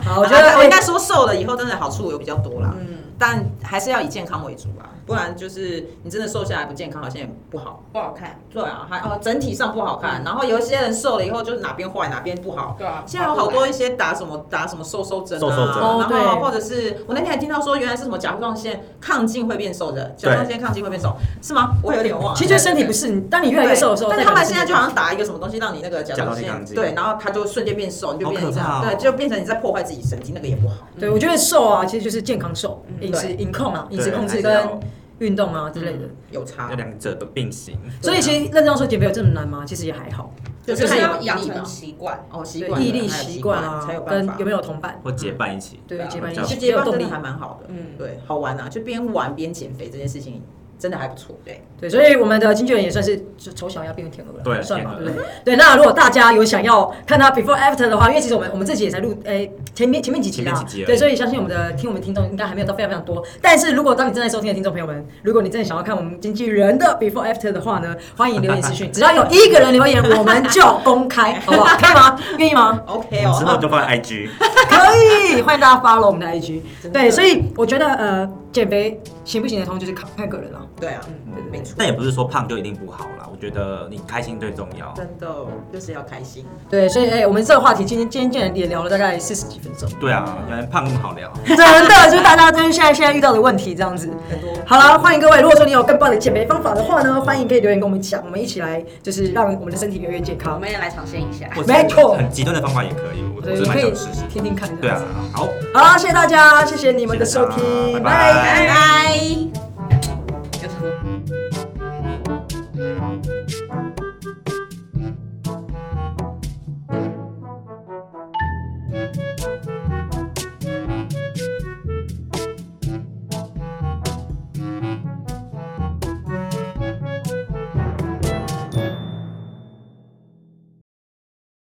Speaker 1: 好，我觉得 哎
Speaker 3: 啊我应该说瘦了以后真的好处有比较多啦，
Speaker 4: 嗯，
Speaker 3: 但还是要以健康为主啦，不然就是你真的瘦下来不健康好像也不好。
Speaker 4: 不好看，
Speaker 3: 对啊，还哦整体上不好
Speaker 1: 嗯
Speaker 3: 看，然后有一些人瘦了以后就是哪边坏哪边不好，
Speaker 4: 对啊
Speaker 3: 现在有好多一些打什么打什么瘦瘦针啊，
Speaker 2: 瘦瘦针
Speaker 1: 哦对
Speaker 3: 然后或者是我那天还听到说，原来是什么甲状腺亢进会变瘦的，甲状腺亢进会变瘦，是吗？我有点忘了。
Speaker 1: 其实就是身体不适，当你越来越瘦的时候，
Speaker 3: 但是
Speaker 1: 代表
Speaker 3: 他
Speaker 1: 你
Speaker 3: 们现在就好像打一个什么东西让你那个甲状
Speaker 2: 甲状
Speaker 3: 腺
Speaker 2: 腺亢进
Speaker 3: 对，然后它就瞬间变瘦，你就变成这
Speaker 2: 好
Speaker 3: 样，
Speaker 2: 可怕哦
Speaker 3: 对，就变成你在破坏自己身体，那个也不好。
Speaker 1: 对，我觉得瘦啊，其实就是健康瘦，
Speaker 4: 嗯
Speaker 1: 饮食
Speaker 3: 对
Speaker 1: 饮控啊，饮
Speaker 2: 对
Speaker 1: 食控制
Speaker 2: 还是要
Speaker 1: 跟运动啊之类的。
Speaker 3: 有差
Speaker 2: 要，两者都并行。
Speaker 3: 啊
Speaker 1: 所以其实认真要说减肥有这么难吗？其实也还好，
Speaker 4: 就是
Speaker 3: 看
Speaker 4: 看
Speaker 3: 有
Speaker 4: 要
Speaker 3: 毅
Speaker 4: 养
Speaker 3: 力吧
Speaker 4: 成习惯，
Speaker 3: 哦习
Speaker 1: 对
Speaker 3: 惯了
Speaker 1: 毅力、
Speaker 3: 还有
Speaker 1: 习惯啊
Speaker 3: 才有，办
Speaker 1: 跟
Speaker 3: 法
Speaker 1: 有。没有同伴，
Speaker 2: 或结伴一起，
Speaker 1: 对，结伴一
Speaker 2: 有
Speaker 3: 去
Speaker 1: 起，
Speaker 3: 结
Speaker 1: 有
Speaker 3: 伴
Speaker 1: 动
Speaker 3: 真
Speaker 1: 力
Speaker 3: 的还。蛮好的，
Speaker 4: 嗯，
Speaker 3: 对，好玩啊，就边玩边减肥这件事情真的还不错，对。
Speaker 1: 对，所以我们的经纪人也算是就丑小鸭变成天鹅了，
Speaker 2: 对
Speaker 1: 算嘛，对
Speaker 2: 天
Speaker 1: 不
Speaker 2: 鹅
Speaker 1: 对？对，那如果大家有想要看他 before after 的话，因为其实我们我们这集也才录，诶，前面前面几集
Speaker 2: 前
Speaker 1: 啦
Speaker 2: 面几集而，已
Speaker 1: 对，所以相信我们的听我们听众应该还没有到非常非常多。但是如果当你正在收听的听众朋友们，如果你真的想要看我们经纪人的 before after 的话呢，欢迎留言私 讯，只要有一个人留言，我们就公开，好不好？可以吗？愿意吗？
Speaker 3: OK
Speaker 2: 我们之后
Speaker 3: 哦，
Speaker 2: 就放在 IG。
Speaker 1: 可以，欢迎大家 follow 我们的 IG
Speaker 3: 真。的
Speaker 1: 对，所以我觉得呃，减肥行不行得通就是看看个人了。
Speaker 3: 对啊，
Speaker 2: 嗯
Speaker 3: 没错
Speaker 2: 但，也不是说胖就一定不好啦，我觉得你开心最重要。
Speaker 3: 真的哦就是要开心。
Speaker 1: 对，所以哎、我们这个话题今天今天竟然也聊了大概四十几分 钟，
Speaker 2: 对啊，原来胖那么好聊。
Speaker 1: 真的就是大家就是现在现在遇到的问题这样子。
Speaker 3: 很多
Speaker 1: 好了，欢迎各位，如果说你有更棒的减肥方法的话呢，欢迎可以留言跟我们讲，我们一起来就是让我们的身体越来越健
Speaker 4: 我
Speaker 1: 康。
Speaker 4: 们也来尝鲜一下。
Speaker 2: 或是
Speaker 1: 没错
Speaker 2: 很极端的方法也可以，我我
Speaker 1: 对，
Speaker 2: 是
Speaker 1: 你
Speaker 2: 蛮
Speaker 1: 可以
Speaker 2: 想试试。
Speaker 1: 听听看。
Speaker 2: 对啊，好。
Speaker 1: 好啦，谢谢大家，谢谢你们的收
Speaker 2: 谢谢
Speaker 1: 听，
Speaker 2: 大家拜拜
Speaker 3: 拜拜。